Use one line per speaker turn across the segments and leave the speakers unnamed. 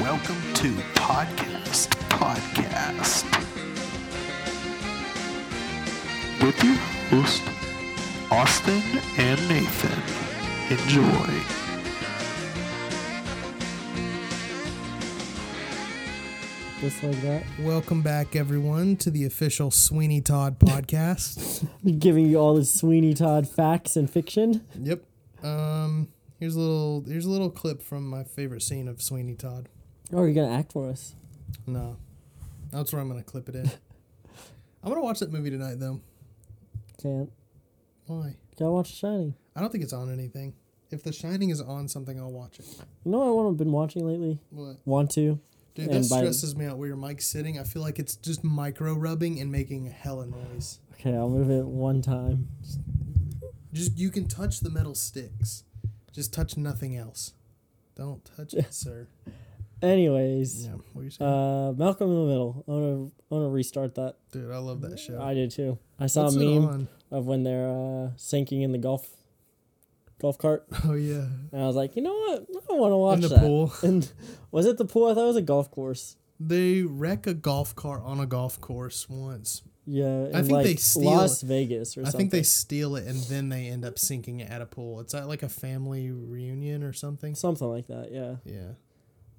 Welcome to Podcast Podcast with your host Austin and Nathan. Enjoy.
just like that.
Welcome back, everyone, to the official Sweeney Todd podcast.
Giving you all the Sweeney Todd facts and fiction.
yep. Um. Here's a little. Here's a little clip from my favorite scene of Sweeney Todd.
Oh, you're gonna act for us.
No, that's where I'm gonna clip it in. I'm gonna watch that movie tonight, though.
Can't.
Why?
Gotta watch The Shining.
I don't think it's on anything. If The Shining is on something, I'll watch it.
You know what I've been watching lately?
What?
Want to?
Dude,
And
that
by-
stresses me out. Where your mic's sitting, I feel like it's just micro rubbing and making a hella noise.
Okay, I'll move it one time.
Just you can touch the metal sticks. Just touch nothing else. Don't touch it, sir.
Anyways,
Yeah. What are you saying?
uh, Malcolm in the Middle. I'm gonna, I'm gonna restart that.
Dude, I love that show.
I did too. I saw
What's
a
it
meme
on?
of when they're uh, sinking in the golf golf cart,
Oh yeah,
and I was like, you know what? I want to watch
in the
that.
pool.
And was it the pool? I thought it was a golf course.
They wreck a golf cart on a golf course once.
Yeah, in
think
like
they steal-
Las Vegas or
I
something.
think they steal it and then they end up sinking it at a pool. It's at like a family reunion or something.
something like that. Yeah.
Yeah,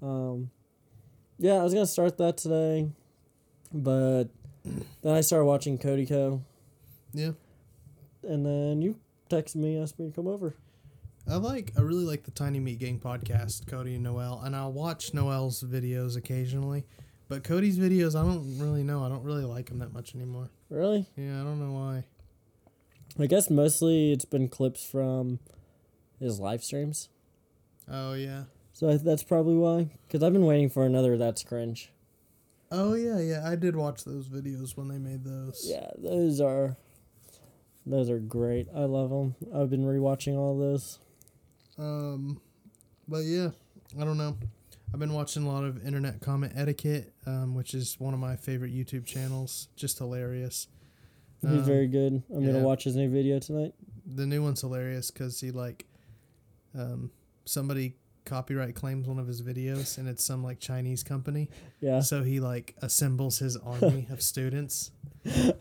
Um, yeah, I was gonna start that today, but then I started watching Cody Co,
yeah.
and then you texted me asked me to come over.
I like. I really like the Tiny Meat Gang podcast, Cody and Noel, and I watch Noel's videos occasionally. But Cody's videos, I don't really know. I don't really like them that much anymore.
Really?
Yeah, I don't know why.
I guess mostly it's been clips from his live streams,
Oh yeah.
so I, that's probably why. Because I've been waiting for another that's cringe.
Oh yeah, yeah. I did watch those videos when they made those.
Yeah, those are those are great. I love them. I've been rewatching all those.
Um, but yeah, I don't know. I've been watching a lot of internet comment etiquette, um, which is one of my favorite YouTube channels. Just hilarious.
He's
Um,
very good. I'm
yeah.
gonna watch his new video tonight.
The new one's hilarious because he like, um, somebody copyright claims one of his videos, and it's some like Chinese company.
Yeah.
So he like assembles his army of students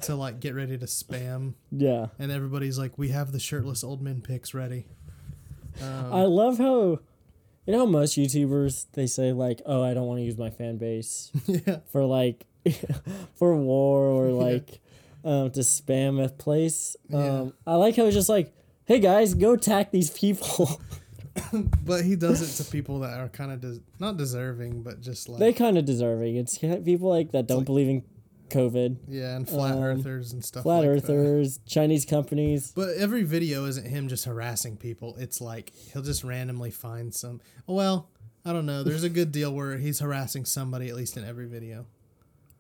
to like get ready to spam,
Yeah.
and everybody's like, "We have the shirtless old men pics ready." Um,
I love how you know how most YouTubers they say like, "Oh, I don't want to use my fan base
yeah.
for like for war or like um, to spam a place." Um,
Yeah.
I like how it's just like, "Hey guys, go attack these people."
But he does it to people that are kind of des- not deserving, but just like
they kind of deserving. It's kind of people like that don't believe in COVID,
yeah, and flat
um,
earthers and stuff.
flat
like uh, That.
earthers, Chinese companies.
But every video isn't him just harassing people. It's like he'll just randomly find some. oh, Well, I don't know. There's a good deal where he's harassing somebody at least in every video.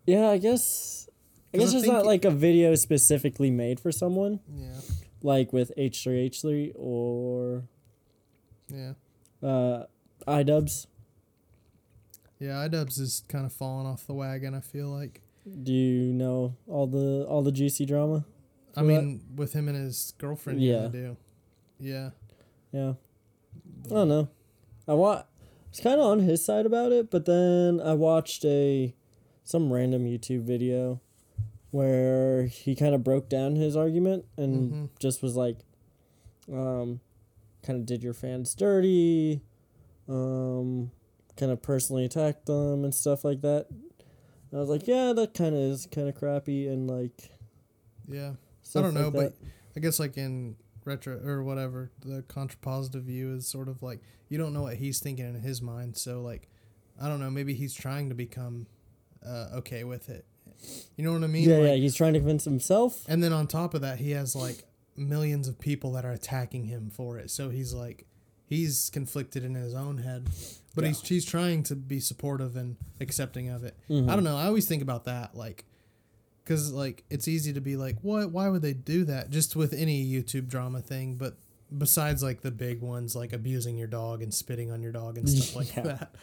Yeah, I guess. I
'Cause
guess
I
it's
think
not
it-
like a video specifically made for someone,
Yeah,
like with H3H3 or
yeah,
uh, iDubbbz.
yeah. Idubbbz is kind of falling off the wagon. I feel like.
Do you know all the all the juicy drama?
I mean, with him and his girlfriend. Yeah.
Yeah.
I do. Yeah.
Yeah. I don't know. I wa- I was kind of on his side about it, but then I watched a some random YouTube video where he kind of broke down his argument and
Mhm.
just was like, um, kind of did your fans dirty, um, kind of personally attacked them and stuff like that. And I was like, yeah, that kind of is kind of crappy and like.
Yeah.
stuff
I don't know,
like that.
but I guess like in retro or whatever, the contrapositive view is sort of like you don't know what he's thinking in his mind. So like, I don't know, maybe he's trying to become uh, okay with it. You know what I mean?
Yeah,
Like-
yeah, he's trying to convince himself.
And then on top of that, he has like millions of people that are attacking him for it. So he's like, he's conflicted in his own head, but he's he's trying to be supportive and accepting of it. I don't know. I always think about that, like, because like it's easy to be like, what? Why would they do that? Just with any YouTube drama thing, but besides like the big ones, like abusing your dog and spitting on your dog and stuff like
Yeah.
that.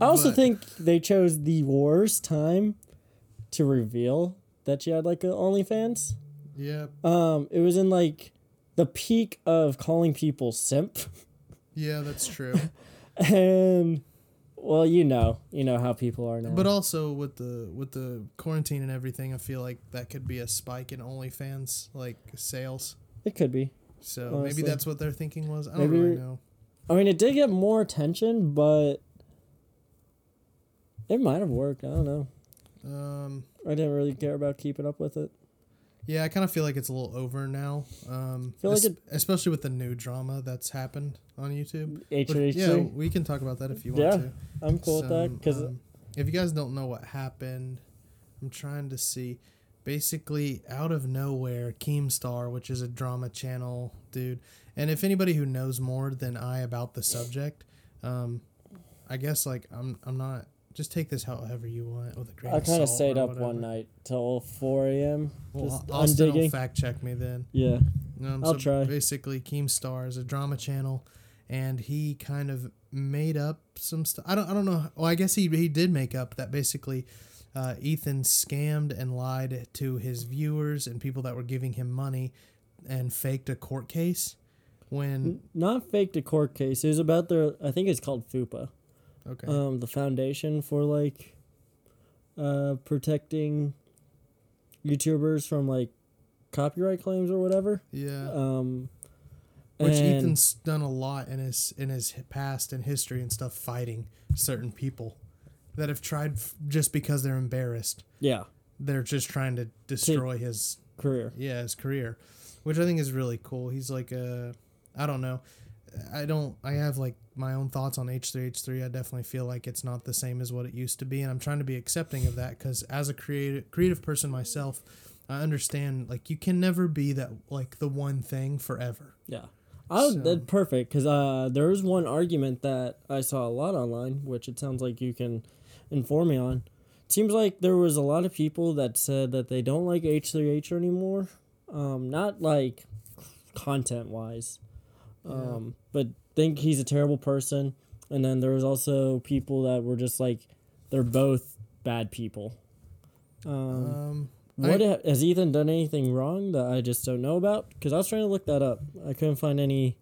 I also
But-
think they chose the worst time to reveal that she had like a OnlyFans.
Yeah,
Um, it was in like the peak of calling people simp,
yeah, that's true.
and Well, you know, you know how people are now.
But also with the with the quarantine and everything, I feel like that could be a spike in OnlyFans like sales.
it could be.
So
Honestly.
maybe that's what their thinking was. I don't
Maybe-
really know.
I mean, it did get more attention, but it might have worked. I don't know.
Um,
I didn't really care about keeping up with it.
yeah, I kind of feel like it's a little over now. Um,
Feel like
es-
it-
especially with the new drama that's happened on YouTube. Which-
HHC.
yeah, we can talk about that if you want
Yeah.
to.
I'm cool with that
Some,
because
um, if you guys don't know what happened, I'm trying to see. Basically, out of nowhere, Keemstar, which is a drama channel, dude. And if anybody who knows more than I about the subject, um, I guess like I'm I'm not. Just take this however you want with a grain
I
kind of
stayed up one night till 4 a.m.
Well,
Just
Austin will
undigging.
fact check me then.
yeah.
Um,
I'll
so
try.
Basically, Keemstar is a drama channel, and he kind of made up some stuff. I don't. I don't know. Well, I guess he he did make up that basically, uh, Ethan scammed and lied to his viewers and people that were giving him money, and faked a court case. When
Not faked a court case. It was about their, I think it's called FUPA.
okay,
um, the foundation for like uh, protecting YouTubers from like copyright claims or whatever.
yeah.
Um,
Which
and-
Ethan's done a lot in his in his hi- past and history and stuff, fighting certain people that have tried f- just because they're embarrassed.
yeah,
They're just trying to destroy his
career.
yeah his career which i think is really cool he's like a i don't know i don't i have like my own thoughts on h3h3 i definitely feel like it's not the same as what it used to be and i'm trying to be accepting of that because as a creative creative person myself i understand like you can never be that like the one thing forever
Yeah. I would,
So-
that's perfect because uh, there was one argument that I saw a lot online, which it sounds like you can inform me on. seems like there was a lot of people that said that they don't like H3H anymore. Um, not like content wise, um, but think he's a terrible person. And then there was also people that were just like, they're both bad people. Um,
um
what
I-
ha- has Ethan done anything wrong that I just don't know about? Because I was trying to look that up. I couldn't find any.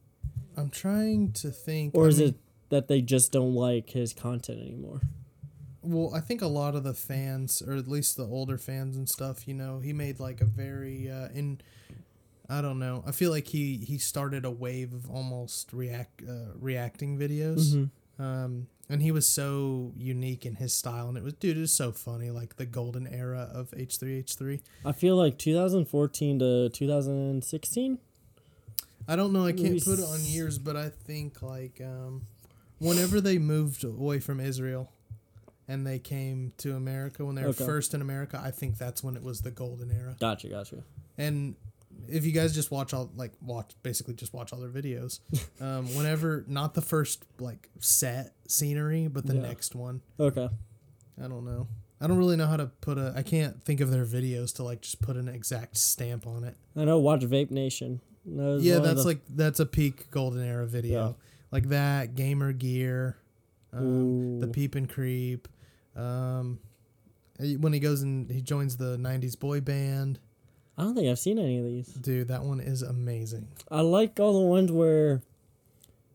i'm trying to think
Or
I
is
mean-
it that they just don't like his content anymore?
Well, I think a lot of the fans, or at least the older fans and stuff, you know, he made like a very uh, in. I don't know. I feel like he he started a wave of almost react uh, reacting videos, um, and he was so unique in his style, and it was dude, it was so funny, like the golden era of H three H three.
I feel like 2014 to 2016.
I don't know. I can't
Maybe
put it on
s-
years, but I think like um, whenever they moved away from Israel and they came to America when they were
Okay.
first in America, I think that's when it was the golden era.
Gotcha, gotcha.
And if you guys just watch all like watch basically just watch all their videos, um, whenever not the first like set scenery, but the
Yeah.
next one.
Okay.
I don't know. I don't really know how to put a. I can't think of their videos to like just put an exact stamp on it.
I know. Watch Vape Nation. That was
Yeah,
one of
that's
the-
like that's a peak golden era video.
Yeah.
Like that gamer gear, um, the
Ooh.
peep and creep. Um, he- when he goes and he joins the '90s boy band,
I don't think I've seen any of these.
dude, that one is amazing.
I like all the ones where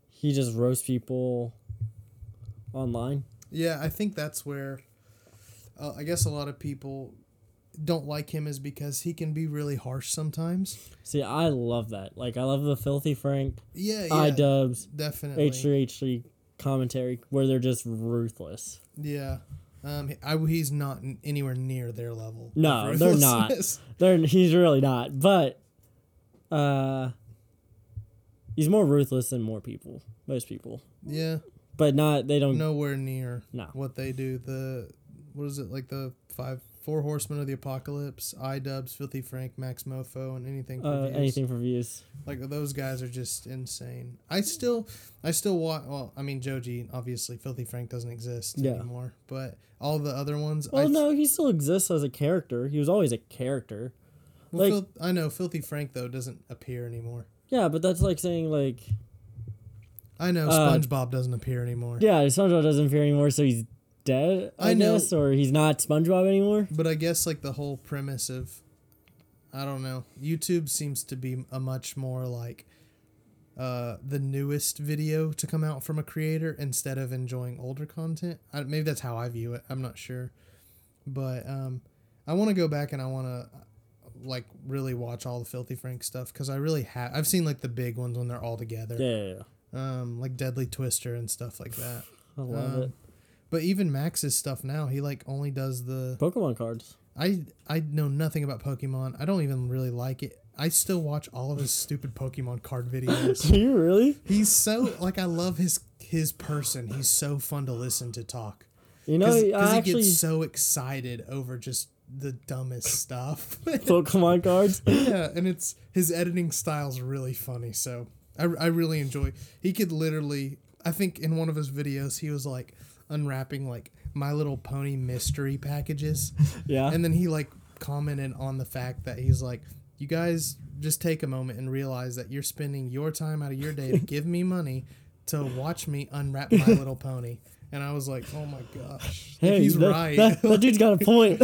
he just roasts people online.
Yeah, I think that's where uh, I guess a lot of people don't like him is because he can be really harsh sometimes.
See, I love that. Like, I love the Filthy Frank,
Yeah, yeah,
I Dubs.
definitely.
H three H three commentary where they're just ruthless.
Yeah. Um, I, he's not n- anywhere near their level. of
No, they're not.
ruthlessness.
They're he's really not, but uh, he's more ruthless than more people, most people,
Yeah.
but not they don't.
nowhere near
No.
what they do. The what is it like the five four horsemen of the apocalypse? I Dubs, Filthy Frank, Max Mofo, and anything. For
Uh,
views.
anything for views.
like those guys are just insane. I still, I still watch. Well, I mean Joji, obviously Filthy Frank doesn't exist
Yeah.
anymore, but all the other ones.
Well,
I,
no, he still exists as a character. He was always a character.
well,
like-
Fil- I know Filthy Frank though doesn't appear anymore.
Yeah, but that's like saying like,
I know
Uh,
SpongeBob doesn't appear anymore.
yeah, SpongeBob doesn't fear anymore, so he's dead. I,
I know.
guess, or he's not SpongeBob anymore.
But I guess like the whole premise of I don't know. YouTube seems to be a much more like uh, the newest video to come out from a creator instead of enjoying older content. I, maybe that's how I view it. I'm not sure, but um, I want to go back and I want to like really watch all the Filthy Frank stuff because I really have. I've seen like the big ones when they're all together,
Yeah, yeah, yeah.
um, like Deadly Twister and stuff like that.
I love
Um,
it.
But even Max's stuff now, he like only does the
Pokemon cards.
I I know nothing about Pokemon. I don't even really like it. I still watch all of his stupid Pokemon card videos.
Do you really?
He's so like I love his his person. He's so fun to listen to talk.
You know,
Because
I
he
actually
gets so excited over just the dumbest stuff.
Pokemon cards.
yeah, and it's his editing style's really funny. So I, I really enjoy. He could literally, I think in one of his videos, he was like unwrapping like My Little Pony mystery packages,
Yeah.
and then he like commented on the fact that he's like, you guys just take a moment and realize that you're spending your time out of your day to give me money to watch me unwrap My Little Pony. And I was like, oh my gosh,
Hey,
he's
that,
right.
That, that dude's got a point.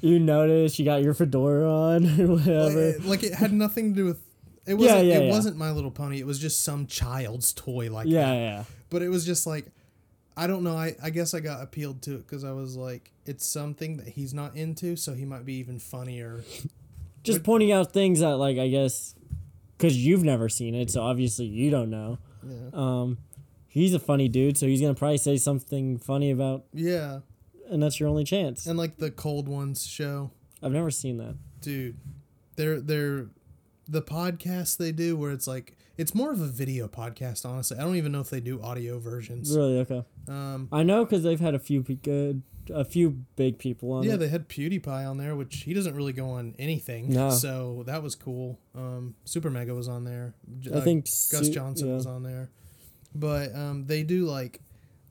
you notice you got your fedora on or
Like,
whatever.
it- like it had nothing to do with it
Yeah,
wasn't
yeah,
it
yeah.
wasn't my little pony it was just some child's toy like
Yeah,
that.
yeah.
but it was just like i don't know i, I guess i got appealed to it because i was like it's something that he's not into so he might be even funnier
Just pointing out things that, like, I guess, because you've never seen it, so obviously you don't know.
yeah
Um, he's a funny dude, so he's gonna probably say something funny about,
yeah
and that's your only chance.
and like the cold ones show
I've never seen that.
dude they're they're the podcast they do where it's like it's more of a video podcast honestly i don't even know if they do audio versions
Really? Okay.
um
I know because they've had a few pe- good, a few big people on.
Yeah,
it.
they had PewDiePie on there, which he doesn't really go on anything.
No.
So that was cool. Um, Super Mega was on there. J- uh,
I think
Gus
Su-
Johnson
yeah.
was on there. But um, they do like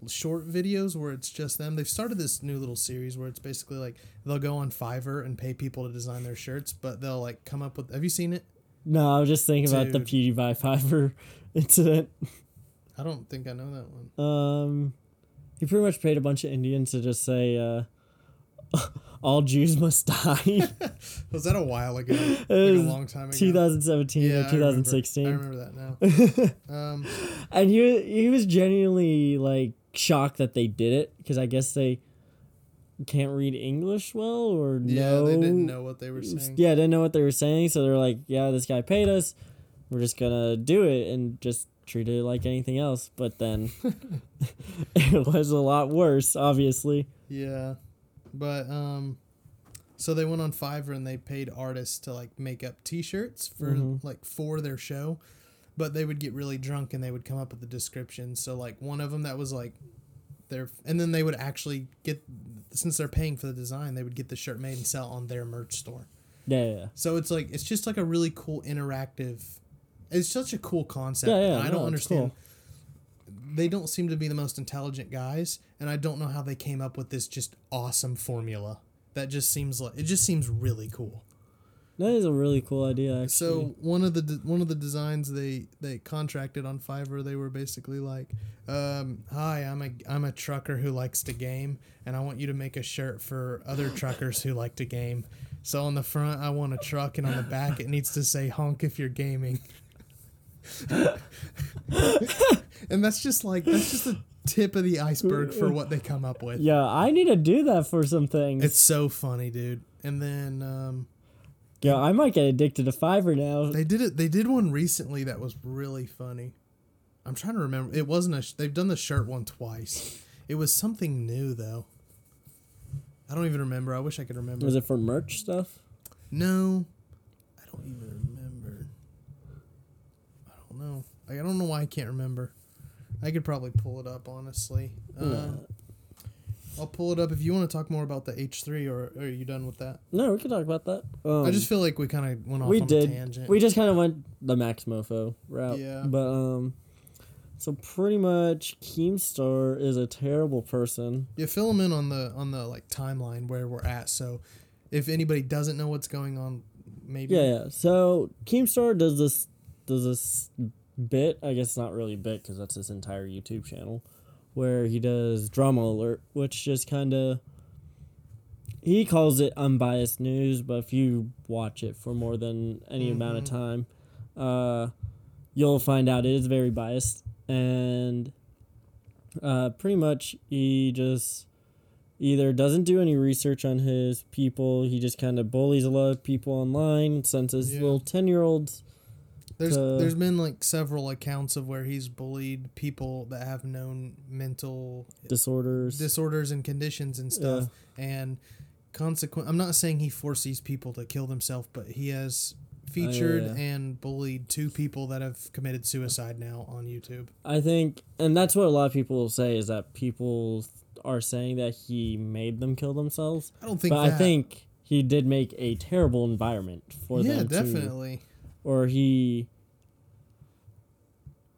short videos where it's just them. They've started this new little series where it's basically like they'll go on Fiverr and pay people to design their shirts, but they'll like come up with. Have you seen it?
No, I was just thinking about the PewDiePie Fiverr incident.
I don't think I know that one.
Um, he pretty much paid a bunch of Indians to just say, uh, "All Jews must die."
Was that a while ago? like a
was
long time ago.
2017
Yeah, I
or
remember.
2016,
I remember that now. um,
and he he was genuinely like shocked that they did it because I guess they can't read English well or
yeah,
no.
they didn't know what they were saying.
Yeah, didn't know what they were saying, so they're like, "Yeah, this guy paid us. We're just gonna do it and just." Treat it like anything else, but then it was a lot worse, obviously.
Yeah, but um, so they went on Fiverr and they paid artists to like make up T-shirts for like for their show, but they would get really drunk and they would come up with a description. So like one of them that was like their, and then they would actually get since they're paying for the design, they would get the shirt made and sell on their merch store.
Yeah, yeah, yeah.
So it's like it's just like a really cool interactive. It's such a cool concept.
Yeah, yeah,
and I
no,
don't
it's
understand. They don't seem to be the most intelligent guys, and I don't know how they came up with this just awesome formula. That just seems like it just seems really cool.
That is a really cool idea, actually.
So one of the de- one of the designs they they contracted on Fiverr, they were basically like, um, "Hi, I'm a I'm a trucker who likes to game, and I want you to make a shirt for other truckers who like to game. So on the front, I want a truck, and on the back, it needs to say honk if you're gaming. and that's just like that's just the tip of the iceberg for what they come up with.
yeah, I need to do that for some things.
It's so funny, dude. And then. Um,
yeah, I might get addicted to Fiverr now.
They did it. They did one recently that was really funny. I'm trying to remember. It wasn't a. Sh- they've done the shirt one twice. It was something new though. I don't even remember. I wish I could remember.
Was it for merch stuff?
No, I don't even remember. I don't know. Like, I don't know why I can't remember. I could probably pull it up honestly. Uh, I'll pull it up if you want to talk more about the H3 or, or are you done with that?
No, we can talk about that. Um,
I just feel like we kind of went off
we
on a
did.
tangent.
We just kind of went the Max Mofo route.
Yeah.
But um, so pretty much Keemstar is a terrible person.
Yeah, fill them in on the on the like timeline where we're at. So, if anybody doesn't know what's going on, maybe
Yeah, yeah. So Keemstar does this does this bit. I guess not really bit because that's his entire YouTube channel, where he does drama alert, which just kind of he calls it unbiased news. But if you watch it for more than any amount of time, uh, you'll find out it is very biased and uh, pretty much he just either doesn't do any research on his people he just kind of bullies a lot of people online sends his
Yeah.
little 10 year olds
There's
to-
there's been like several accounts of where he's bullied people that have known mental
disorders
disorders and conditions and stuff and consequent I'm not saying he forced these people to kill themselves, but he has featured
Oh, yeah.
and bullied two people that have committed suicide now on YouTube.
I think, and that's what a lot of people will say is that people are saying that he made them kill themselves.
I don't think
But
that
I think he did make a terrible environment for
Yeah,
them. to-
definitely.
or he.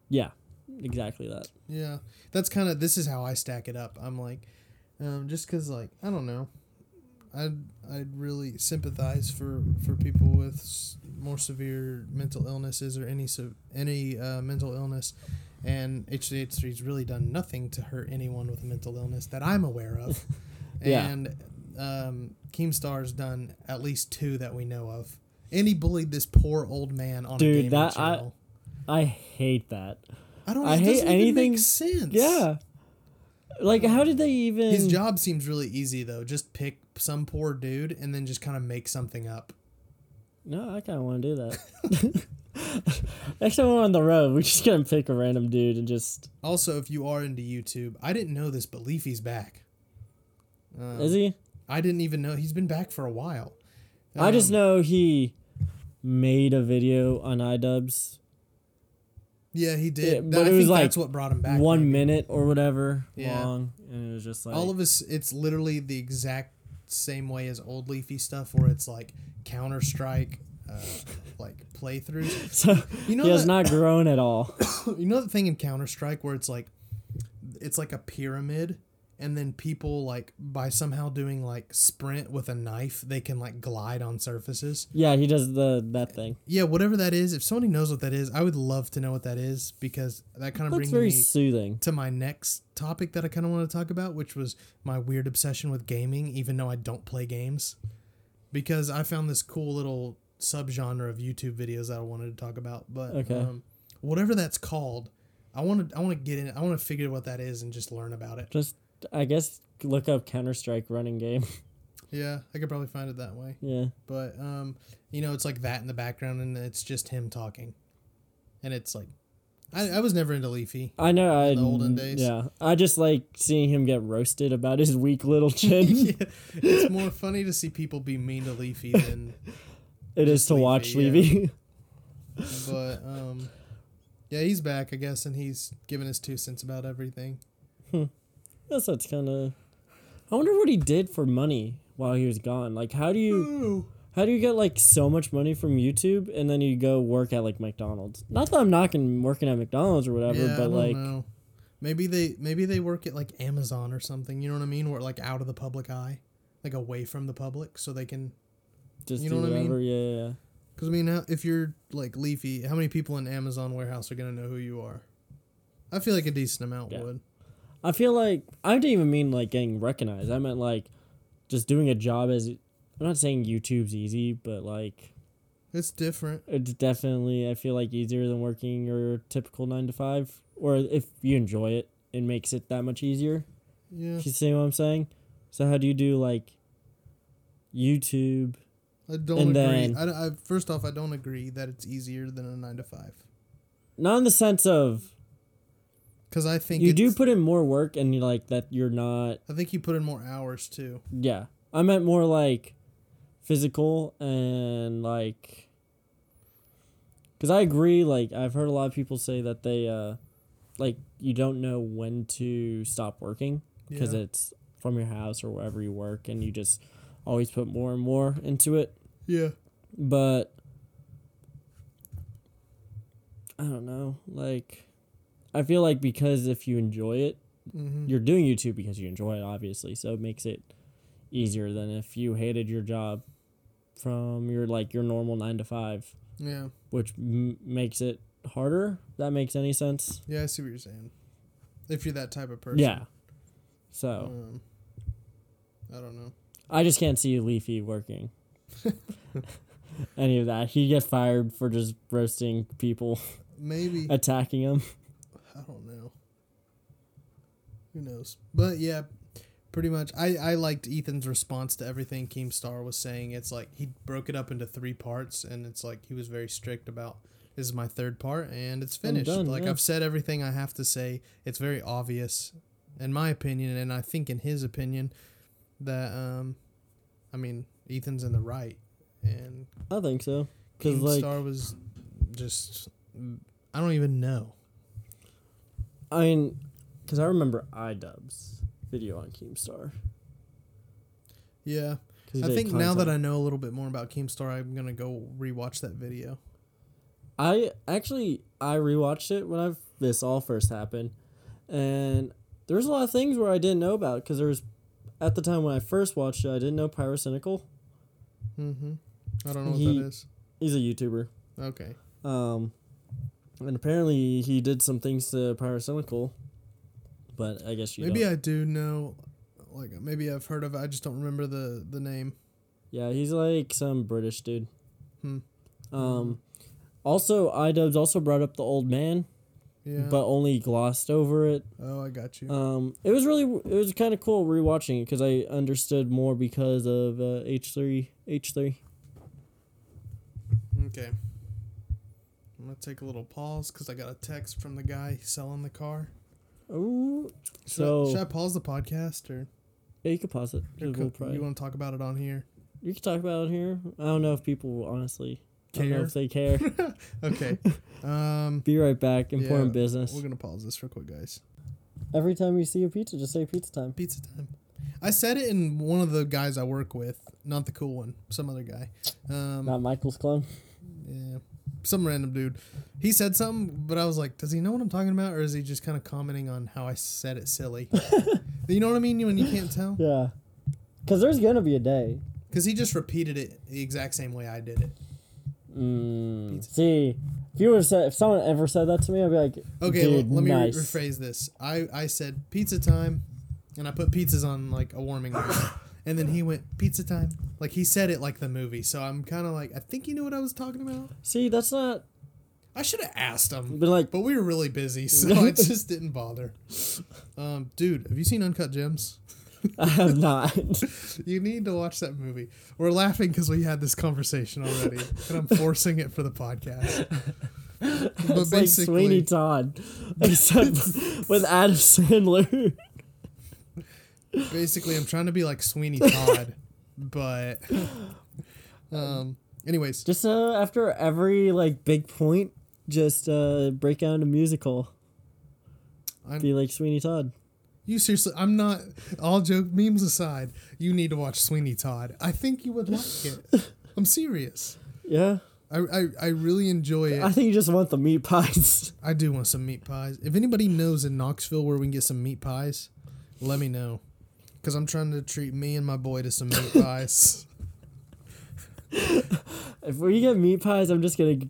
Yeah, exactly that.
Yeah, that's kind of this is how I stack it up. I'm like, um, just because like I don't know, I'd I'd really sympathize for for people with s- more severe mental illnesses or any se- any uh, mental illness, and HDH's really done nothing to hurt anyone with a mental illness that I'm aware of,
Yeah.
and um, Keemstar's done at least two that we know of. And he bullied this poor old man on
Dude,
a gaming
that- I-
channel.
I hate that.
I, don't.
I
it
hate
doesn't even
anything-
Make sense.
Yeah. Like, how did they even.
His job seems really easy though. Just pick some poor dude and then just kind of make something up.
No, I kind of want to do that. Next time we're on the road, we're just going to pick a random dude and just.
Also, if you are into YouTube, I didn't know this, but Leafy's back. Um,
Is he?
I didn't even know he's been back for a while.
I just
Um,
know he made a video on iDubbbz
Yeah, he did.
Yeah,
That-
but
I
it was
think
like
that's what brought him back.
one
maybe.
minute or whatever
Yeah.
long, and it was just like
All of us, it's literally the exact same way as old Leafy stuff, where it's like Counter Strike, uh, like playthroughs.
so.
You know
he has
that-
not grown at all.
you know the thing in Counter Strike where it's like it's like a pyramid and then people like by somehow doing like sprint with a knife they can like glide on surfaces.
yeah, he does the that thing.
Yeah, whatever that is, if somebody knows what that is, I would love to know what that is because that kind of
That's
brings
very
me
soothing.
to my next topic that I kind of want to talk about, which was my weird obsession with gaming even though I don't play games because I found this cool little subgenre of YouTube videos that I wanted to talk about. But
Okay.
um, whatever that's called, I want to I want to get in. it. I want to figure what that is and just learn about it.
Just I guess look up Counter Strike running game.
Yeah, I could probably find it that way.
yeah,
But um, you know, it's like that in the background, and it's just him talking, and it's like, I, I was never into Leafy.
I know. I
the olden days.
Yeah, I just like seeing him get roasted about his weak little chin.
it's more funny to see people be mean to Leafy than
it is
just
to watch
Leafy, yeah.
Levy.
but um, yeah, he's back, I guess, and he's giving his two cents about everything.
guess that's kind of. I wonder what he did for money while he was gone. Like, how do you how do you get like so much money from YouTube and then you go work at like McDonald's? Not that I'm knocking working at McDonald's or whatever,
Yeah, I
but
don't
like,
know. maybe they maybe they work at like Amazon or something. You know what I mean? Or like out of the public eye, like away from the public, so they can.
just
You
do
know what I mean?
whatever. Yeah, yeah, yeah.
Because I mean, how- if you're like Leafy, how many people in Amazon warehouse are gonna know who you are? I feel like a decent amount
Yeah.
would.
I feel like I didn't even mean like getting recognized. I meant like just doing a job as. I'm not saying YouTube's easy, but like
It's different.
it's definitely I feel like easier than working your typical nine to five. Or if you enjoy it, it makes it that much easier.
Yeah,
You see what I'm saying? So how do you do like YouTube?
I don't
And
agree.
then-
I, I first off, I don't agree that it's easier than a nine to five.
Not in the sense of
Because I think
you
it's-
do put in more work and you like that you're not
I think you put in more hours too.
yeah. I meant more like physical and like cuz I agree like I've heard a lot of people say that they uh like you don't know when to stop working because
Yeah.
it's from your house or wherever you work and you just always put more and more into it.
Yeah.
but I don't know. Like, I feel like because if you enjoy it,
Mm-hmm.
you're doing YouTube because you enjoy it, obviously. So it makes it easier than if you hated your job from your like your normal nine to five,
Yeah.
which m- makes it harder. If that makes any sense?
Yeah, I see what you're saying. If you're that type of person.
Yeah. So
Um, I don't know.
I just can't see Leafy working. Any of that. He'd get fired for just roasting people.
maybe
attacking him.
I don't know. Who knows? But yeah, pretty much. I I liked Ethan's response to everything Keemstar was saying. It's like he broke it up into three parts, and it's like he was very strict about this is my third part, and it's finished.
done,
like
yeah.
I've said everything I have to say. It's very obvious, in my opinion, and I think in his opinion, that um, I mean Ethan's in the right, and
I think so. Because
Keemstar
like
was just I don't even know.
I mean, because I remember iDubbbz video on Keemstar.
Yeah.
'Cause he
I
did
think now that I
content.
know a little bit more about Keemstar, I'm gonna go rewatch that video.
I actually I rewatched it when I've this all first happened, and there was a lot of things where I didn't know about because there was at the time when I first watched it I didn't know Pyrocynical.
Mm-hmm. I don't know what
He-
that is.
He's a YouTuber,
Okay.
um, and apparently he did some things to Pyrocynical, but I guess you
maybe
don't.
I do know. Like maybe I've heard of it. I just don't remember the the name.
yeah, he's like some British dude.
Hmm.
Um, also iDubbbz also brought up the old man,
Yeah.
but only glossed over it.
oh, I got you.
Um, it was really it was kind of cool rewatching it because I understood more because of uh, H three H three.
okay. I'm gonna take a little pause because I got a text from the guy selling the car.
Oh,
Should,
So-
I, should I pause the podcast or
yeah, you could pause it.
or
We'll
co-
probably-
you
You,
want to talk about it on here?
can talk about it here. I don't know if people will honestly I don't know
Care?
if they care.
Okay. um,
Be right back. Important
Yeah,
business.
we're gonna pause this real quick, guys.
Every time you see a pizza, just say pizza time.
Pizza time. I said it in one of the guys I work with, not the cool one, some other guy. Um,
Not Michael's clone.
yeah, some random dude. He said something, but I was like, does he know what I'm talking about, or is he just kind of commenting on how I said it silly? you know what I mean? When you can't tell,
Yeah, because there's gonna be a day.
because he just repeated it the exact same way I did it.
Mm,
Pizza.
see, if you would have said if someone ever said that to me, I'd be like,
Okay,
dude,
l- let me re-
nice.
rephrase this. I I said pizza time, and I put pizzas on like a warming rack. And then he went pizza time, like he said it like the movie. So I'm kind of like, I think he knew what I was talking about.
See, that's not.
I should have asked him.
But like,
But we were really busy, so I just didn't bother. Um, dude, have you seen Uncut Gems?
I have not.
You need to watch that movie. We're laughing because we had this conversation already, and I'm forcing it for the podcast. But
it's like Sweeney
basically,
Todd, except with Adam Sandler.
basically, I'm trying to be like Sweeney Todd, but um, anyways,
Just uh, after every like big point, just uh, break out into musical.
I'm-
Be like Sweeney Todd.
you seriously, I'm not. All joke memes aside, you need to watch Sweeney Todd. I think you would like it. I'm serious.
Yeah,
I I, I really enjoy it.
I think you just want the meat pies.
I do want some meat pies. If anybody knows in Knoxville where we can get some meat pies, let me know. Because I'm trying to treat me and my boy to some meat pies.
if we get meat pies, I'm just gonna g-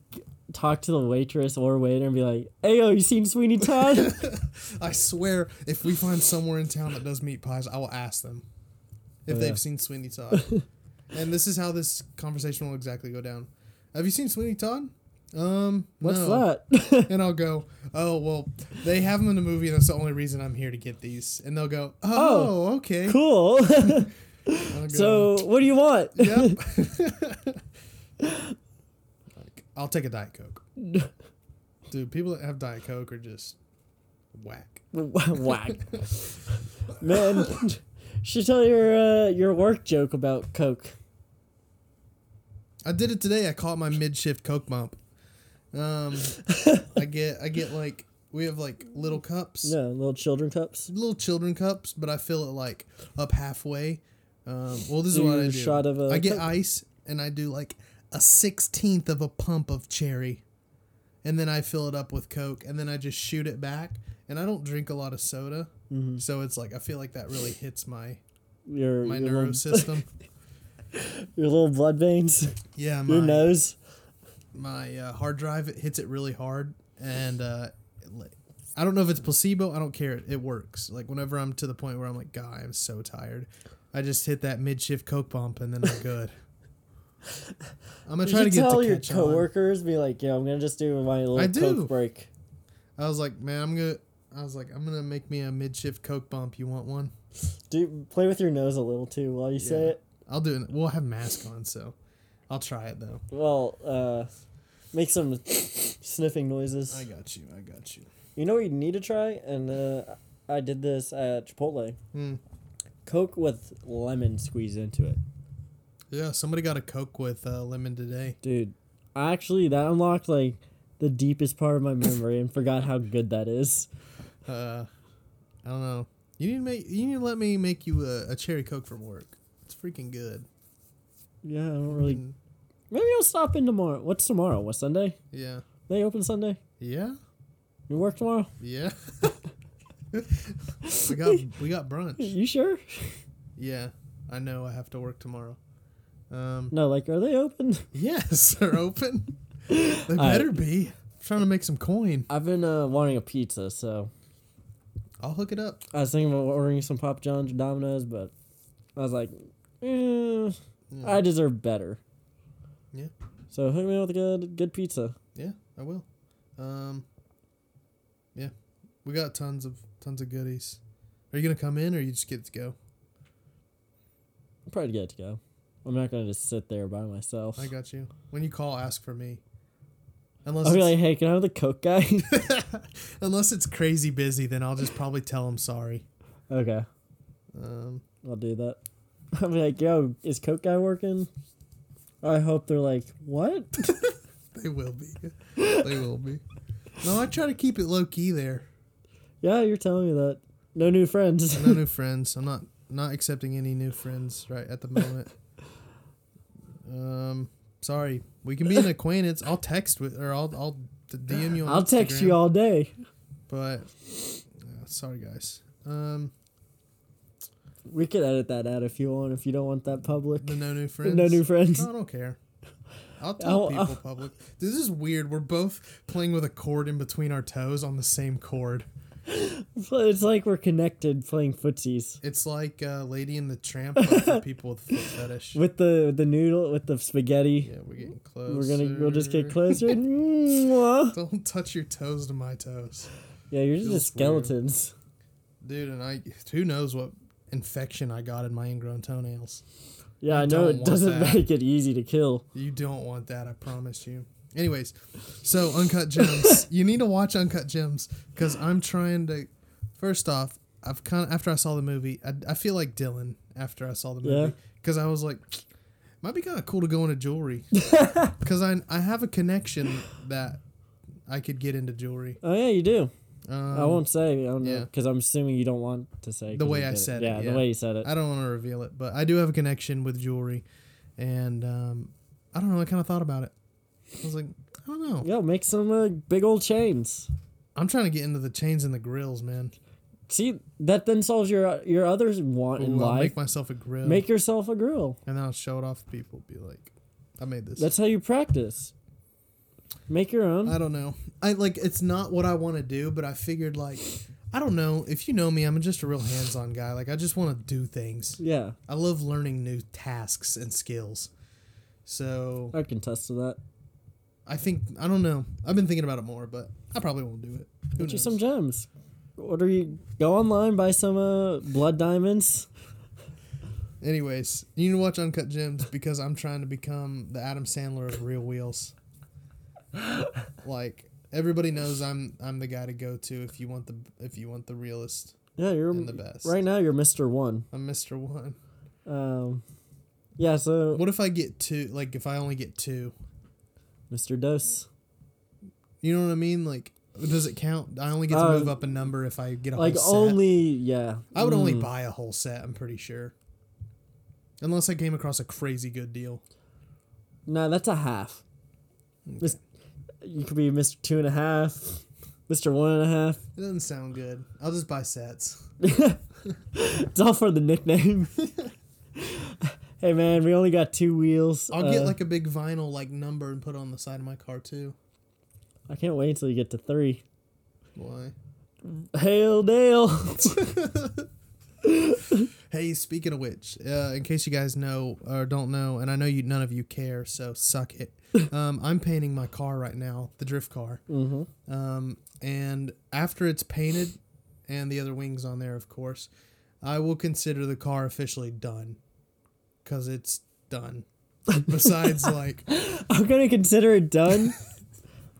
talk to the waitress or waiter and be like, "Hey, yo, you seen Sweeney Todd?"
I swear, if we find somewhere in town that does meat pies, I will ask them if
Oh, yeah.
they've seen Sweeney Todd. and this is how this conversation will exactly go down. Have you seen Sweeney Todd? Um,
What's
no.
that?
And I'll go, oh, well, they have them in the movie, and that's the only reason I'm here to get these. And they'll go, oh, okay.
cool.
I'll go,
so, what do you want?
Yep. Like, I'll take a Diet Coke. Dude, people that have Diet Coke are just whack.
Whack. Man, should tell your uh, your work joke about Coke.
I did it today. I caught my mid shift Coke bump. Um, I get I get like we have like little cups,
Yeah, little children cups.
little children cups, but I fill it like up halfway. Um, well, this is
Do
what I
a
do.
shot of, uh,
I get
Coke.
ice and I do like a sixteenth of a pump of cherry, and then I fill it up with Coke, and then I just shoot it back. And I don't drink a lot of soda,
Mm-hmm.
so it's like I feel like that really hits my
Your
my
your,
nervous
little,
system.
your little blood veins.
Yeah,
Your
my
nose.
my uh, hard drive it hits it really hard, and uh, it li- I don't know if it's placebo. I don't care. It works. Like whenever I'm to the point where I'm like, God, I'm so tired. I just hit that mid shift Coke bump, and then I'm good. I'm gonna
You
try to
should
get
tell
to
your
catch on.
coworkers, be like, "Yeah, I'm gonna just do my little
I do.
coke break."
I was like, man, I'm gonna. I was like, I'm gonna make me a mid shift coke bump. You want one?
Do play with your nose a little too while you say
Yeah.
it.
I'll do it. We'll have mask on, so I'll try it though.
Well, uh, make some sniffing noises.
I got you. I got you.
You know what you need to try, and uh, I did this at Chipotle.
Hmm.
Coke with lemon squeezed into it,
Yeah, somebody got a coke with uh, lemon today.
dude. Actually, that unlocked like the deepest part of my memory, and forgot how good that is.
Uh, I don't know. You need to make. You need to let me make you a, a cherry coke from work. It's freaking good.
Yeah, I don't really.
Mm,
Maybe I'll stop in tomorrow. What's tomorrow? What Sunday?
Yeah.
They open Sunday.
Yeah.
You work tomorrow?
Yeah. we got we got brunch.
You sure?
Yeah, I know. I have to work tomorrow. Um.
No, like, are they open?
Yes, they're open. They
right.
better be. I'm trying to make some coin.
I've been uh, wanting a pizza, so
I'll hook it up.
I was thinking about ordering some Papa John's or Domino's, but I was like, eh,
Yeah.
I deserve better.
Yeah.
So hook me up with a good, good pizza.
Yeah, I will. Um, yeah, we got tons of tons of goodies. Are you gonna come in, or you just get to go?
I'm probably good to go. I'm not gonna just sit there by myself.
I got you. When you call, ask for me. Unless
I'll be
it's,
like, hey, can I have the Coke guy?
unless it's crazy busy, then I'll just probably tell him sorry.
okay,
Um,
I'll do that. I'll be like, yo, is Coke guy working? I hope they're like, what?
they will be. they will be. No, I try to keep it low key there.
yeah, you're telling me that. No new friends.
No new friends. I'm not not accepting any new friends right at the moment. Um, sorry. We can be an acquaintance. I'll text with, or I'll I'll DM you. On
I'll text you
Instagram.
all day.
But uh, sorry, guys. Um,
We could edit that out if you want. If you don't want that public,
the no new friends.
no new friends.
No, I don't care. I'll tell
I'll-
people
I'll-
public. This is weird. We're both playing with a cord in between our toes on the same cord.
It's like we're connected playing footsies
It's like uh, Lady and the Tramp but for people with foot fetish.
with the the noodle with the spaghetti.
Yeah, we're getting close.
we're gonna we'll just get closer. Mwah.
Don't touch your toes to my toes,
yeah, you're just,
Feels
skeletons.
dude. And I, who knows what infection I got in my ingrown toenails.
Yeah, I know
don't
it
want
doesn't
that.
make it easy to kill.
You don't want that, I promise you. Anyways, so Uncut Gems. you need to watch Uncut Gems because I'm trying to. First off, I've kind of after I saw the movie, I, I feel like Dylan after I saw the
Yeah.
movie because I was like, might be kind of cool to go into jewelry because I I have a connection that I could get into jewelry.
Oh yeah, you do.
Um,
I won't say. I don't know
yeah.
because I'm assuming you don't want to say 'cause
way
you
I
did
said it,
Yeah,
yeah.
the way you said it.
I don't want to reveal it, but I do have a connection with jewelry, and um, I don't know. I kind of thought about it. I was like, I don't know.
Yo, make some uh, big old chains.
I'm trying to get into the chains and the grills, man.
See that then solves your your other want in
Ooh, I'll
life.
make myself a grill,
make yourself a grill.
and then I'll show it off to people. Be like, I made this.
That's how you practice. Make your own.
I don't know. I like it's not what I want to do, but I figured like, I don't know. If you know me, I'm just a real hands-on guy. Like I just want to do things.
yeah,
I love learning new tasks and skills. So
I can test to that.
I think I don't know. I've been thinking about it more, but I probably won't do it. Who
Get you
knows?
some gems. Order you go online, buy some uh, blood diamonds.
Anyways, you need to watch Uncut Gems because I'm trying to become the Adam Sandler of Real Wheels. like everybody knows, I'm I'm the guy to go to if you want the if you want the realest.
Yeah, you're
And the best.
right now. You're Mister One.
I'm Mister One.
Um, yeah, so
What if I get two? Like if I only get two,
Mister Dose.
you know what I mean? Like does it count? I only get to
Uh,
move up a number if I get a
Like
whole set.
only Hmm. yeah.
I would only buy a whole set. I'm pretty sure. Unless I came across a crazy good deal.
No, that's a half. Mis- You could be Mister Two and a Half, Mister One and a Half.
It doesn't sound good. I'll just buy sets.
It's all for the nickname. hey man, we only got two wheels.
I'll get
Uh,
like a big vinyl like number and put it on the side of my car too.
I can't wait until you get to three.
Why?
Hail Dale.
Hey, speaking of which, uh, in case you guys know or don't know, and I know you none of you care, so suck it. um, I'm painting my car right now, the drift car. Mm-hmm. Um, and after it's painted, and the other wings on there, of course, I will consider the car officially done, cause it's done. Besides, like
I'm gonna consider it done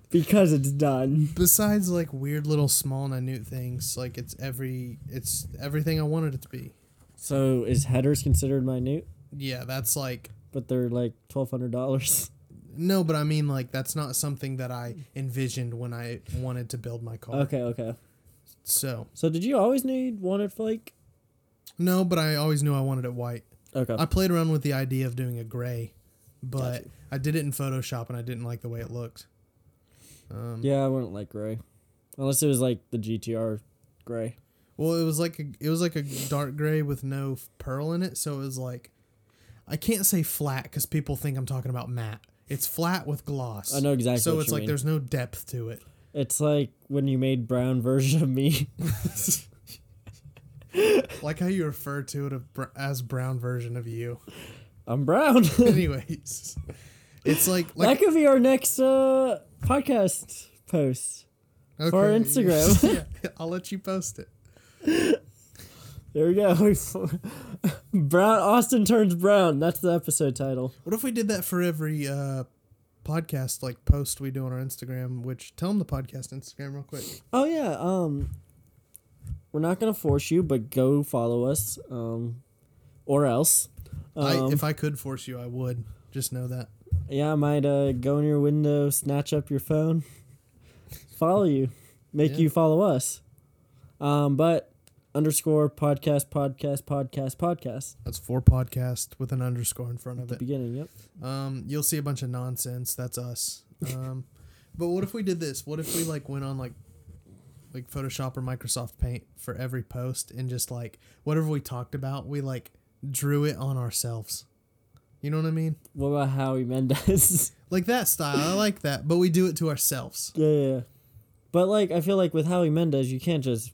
because it's done.
besides like weird little small minute things, like it's every it's everything I wanted it to be.
So is headers considered minute?
Yeah, that's like
But they're like twelve hundred dollars.
No, but I mean, like, that's not something that I envisioned when I wanted to build my car.
Okay, okay.
So,
So did you always need wanted flake?
no, but I always knew I wanted it white.
Okay.
I played around with the idea of doing a gray, but I did it in Photoshop and I didn't like the way it looked. Um,
yeah, I wouldn't like gray, unless it was like the GTR gray.
Well, it was like a, it was like a dark gray with no f- pearl in it, so it was like I can't say flat cuz people think I'm talking about matte. It's flat with gloss.
I know exactly
So
what
it's
you
like
mean.
there's no depth to it.
It's like when you made brown version of me.
Like how you refer to it of br- as brown version of you.
I'm brown.
Anyways, it's like like
that could be our next uh, podcast post. for
Okay,
Instagram.
yeah, I'll let you post it.
There we go. brown Austin turns brown. That's the episode title.
What if we did that for every uh, podcast, like post we do on our Instagram? Which tell them the podcast Instagram real quick.
Oh yeah. Um, we're not gonna force you, but go follow us. Um, or else.
I,
Um,
if I could force you, I would. Just know that.
Yeah, I might uh, go in your window, snatch up your phone, follow you, make
Yeah.
you follow us. Um, but underscore podcast, podcast, podcast, podcast.
That's four podcast with an underscore in front of
The
it.
beginning, yep.
Um, you'll see a bunch of nonsense. That's us. Um, but what if we did this? What if we like went on like like Photoshop or Microsoft Paint for every post and just like whatever we talked about, we like drew it on ourselves. You know what I mean?
What about Howie Mendez?
like that style. I like that, but we do it to ourselves.
yeah, yeah, yeah. But like, I feel like with Howie Mendez, you can't just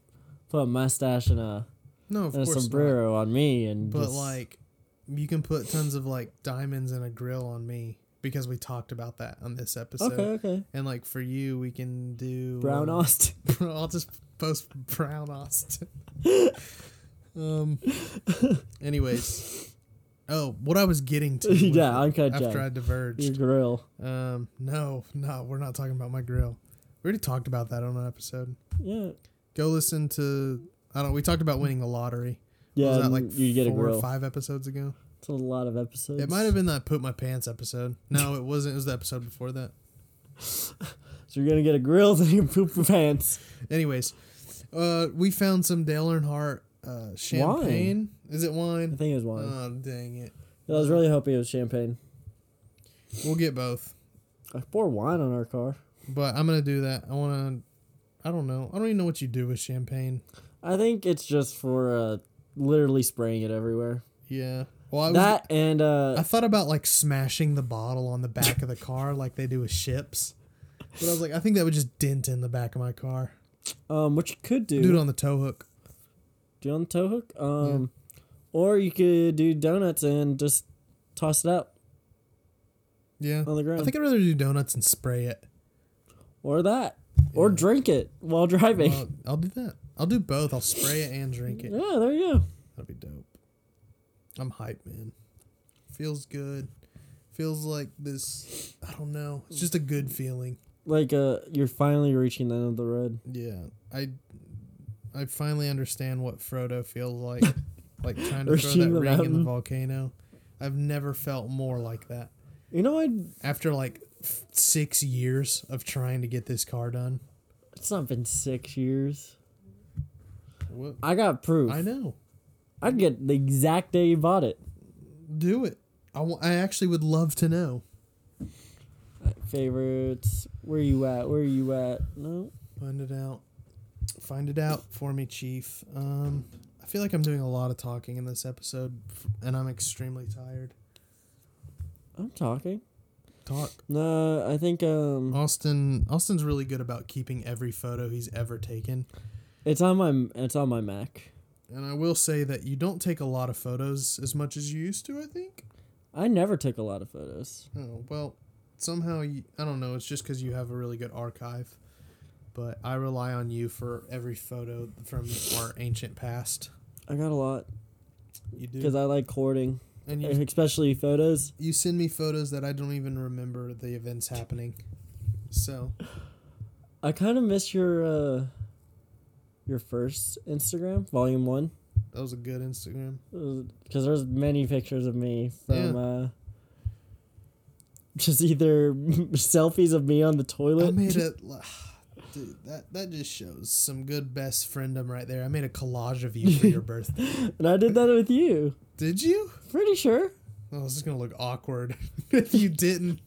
put a mustache and a,
No, of
and a
course not.
sombrero on me and
But
just-
like, you can put tons of like diamonds and a grill on me because we talked about that on this episode.
okay, okay,
And like for you, we can do
brown
um,
Austin.
I'll just post brown Austin. um. Anyways, oh, what I was getting to. with
Yeah,
it
Uncut
After
Gems.
I
Your
diverged.
grill.
Um. No, no, we're not talking about my grill. We already talked about that on an episode.
Yeah,
go listen to I don't. We talked about winning the lottery.
yeah.
was that
and
like
you get a
four
grill.
or five episodes ago?
It's a lot of episodes.
It might have been that poop my pants episode. No, it wasn't. It was the episode before that.
So you're gonna get a grill, then you poop your pants.
Anyways, uh, we found some Dale Earnhardt uh, champagne. Is it
I
wine?
think it was wine.
Oh dang it!
I
uh.
was really hoping it was champagne.
We'll get both,
I pour wine on our car.
but I'm gonna do that. I wanna. I don't know. I don't even know what you do with champagne.
I think it's just for uh, literally spraying it everywhere.
Yeah. Well, I was.
that and uh,
I thought about like smashing the bottle on the back of the car like they do with ships, but I was like, I think that would just dent in the back of my car.
um, what you could do,
Dude uh, on the tow hook.
do it on the tow hook, um, or you could do donuts and just toss it out
Yeah.
on the ground,
I think I'd rather do donuts and spray it.
or that, or drink it while driving.
Well, I'll do that. I'll do both. I'll spray it and drink it.
yeah, there you go.
That'd be dope. I'm hyped, man. Feels good. Feels like this. I don't know. It's just a good feeling.
Like uh, you're finally reaching the end of the road.
Yeah. I I finally understand what Frodo feels like. like trying to throw that
Reaching the
ring in the
mountain.
volcano. I've never felt more like that.
You know, I
After like f- six years of trying to get this car done.
it's not been six years.
What?
I got proof.
I know.
I'd get the exact day you bought it.
Do it. I wa- I actually would love to know.
Favorites. Where you at? Where you at? No.
Find it out. Find it out for me, Chief. Um, I feel like I'm doing a lot of talking in this episode, f- and I'm extremely tired.
I'm talking.
Talk.
No, I think um
Austin. Austin's really good about keeping every photo he's ever taken.
it's on my it's on my Mac.
and I will say that you don't take a lot of photos as much as you used to. I think.
I never took a lot of photos.
Oh well, somehow you, I don't know. It's just because you have a really good archive, but I rely on you for every photo from our ancient past.
I got a lot
You
because
do,
I like hoarding,
and you
especially photos.
you send me photos that I don't even remember the events happening. So
I kind of miss your uh, your first Instagram, Volume One,
that was a good Instagram.
because there's many pictures of me from
Yeah.
uh, just either selfies of me on the toilet.
I made a dude. That that just shows some good best friendom right there. I made a collage of you for your birthday.
And I did that with you.
Did you?
Pretty sure.
Oh, this is gonna look awkward if you didn't.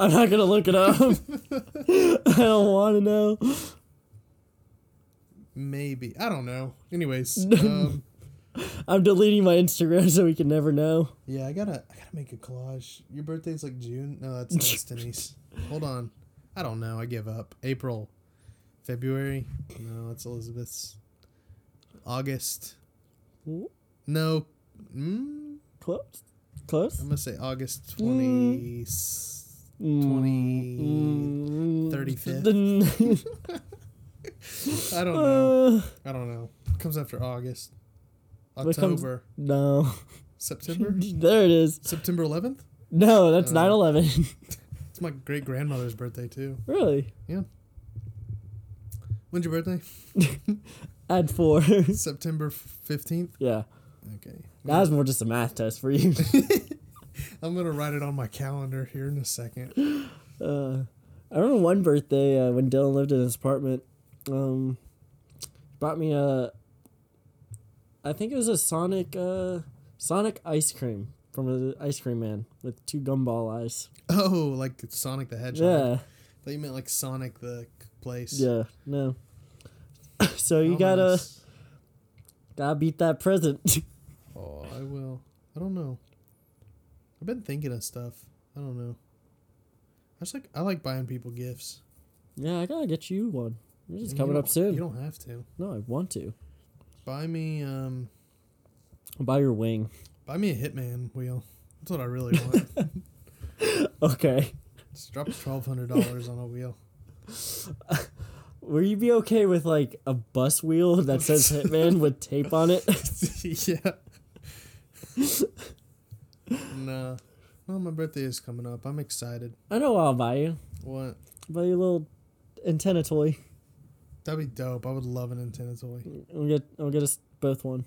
I'm not gonna look it up. I don't want to know.
Maybe I don't know. Anyways, um,
I'm deleting my Instagram so we can never know.
yeah, I gotta I gotta make a collage. Your birthday's like June. No, that's, that's Denise. Hold on. I don't know. I give up. April, February. No, that's Elizabeth's. August. No. Mm,
Close, close.
I'm gonna say
Mm.
August twenty.
Mm.
20 35th. I don't know.
Uh,
I don't know. Comes after August.
What comes-
October.
no,
September?
there it is.
September 11th?
No, that's
Uh,
9/11.
It's my great grandmother's birthday, too.
really?
When's your birthday?
Add four.
September 15th?
yeah,
Okay.
that was more just a math test for you.
I'm going to write it on my calendar here in a second.
Uh, I remember one birthday uh, when Dylan lived in his apartment. Um, he bought me a, I think it was a Sonic, uh, Sonic ice cream from an ice cream man with two gumball eyes.
Oh, like Sonic the Hedgehog.
Yeah,
thought you meant like Sonic the c- place. Oh,
yeah, no. so you gotta gotta beat that present.
Oh, I will. I don't know. I've been thinking of stuff. I don't know. I just like I like buying people gifts.
yeah, I gotta get you one. Yours is
And you
coming up
don't-
soon.
You don't have to.
No, I want to.
Buy me um
I'll buy your wing.
buy me a hitman wheel. That's what I really want.
Okay.
just drop twelve hundred dollars on a wheel.
Will you be okay with like a bus wheel that says Hitman with tape on it?
yeah. nah. Well my birthday is coming up. I'm excited.
I know what I'll buy you.
What?
I'll buy you a little antenna toy.
That'd be dope. I would love an Nintendo toy.
I'll get I'll get us both one.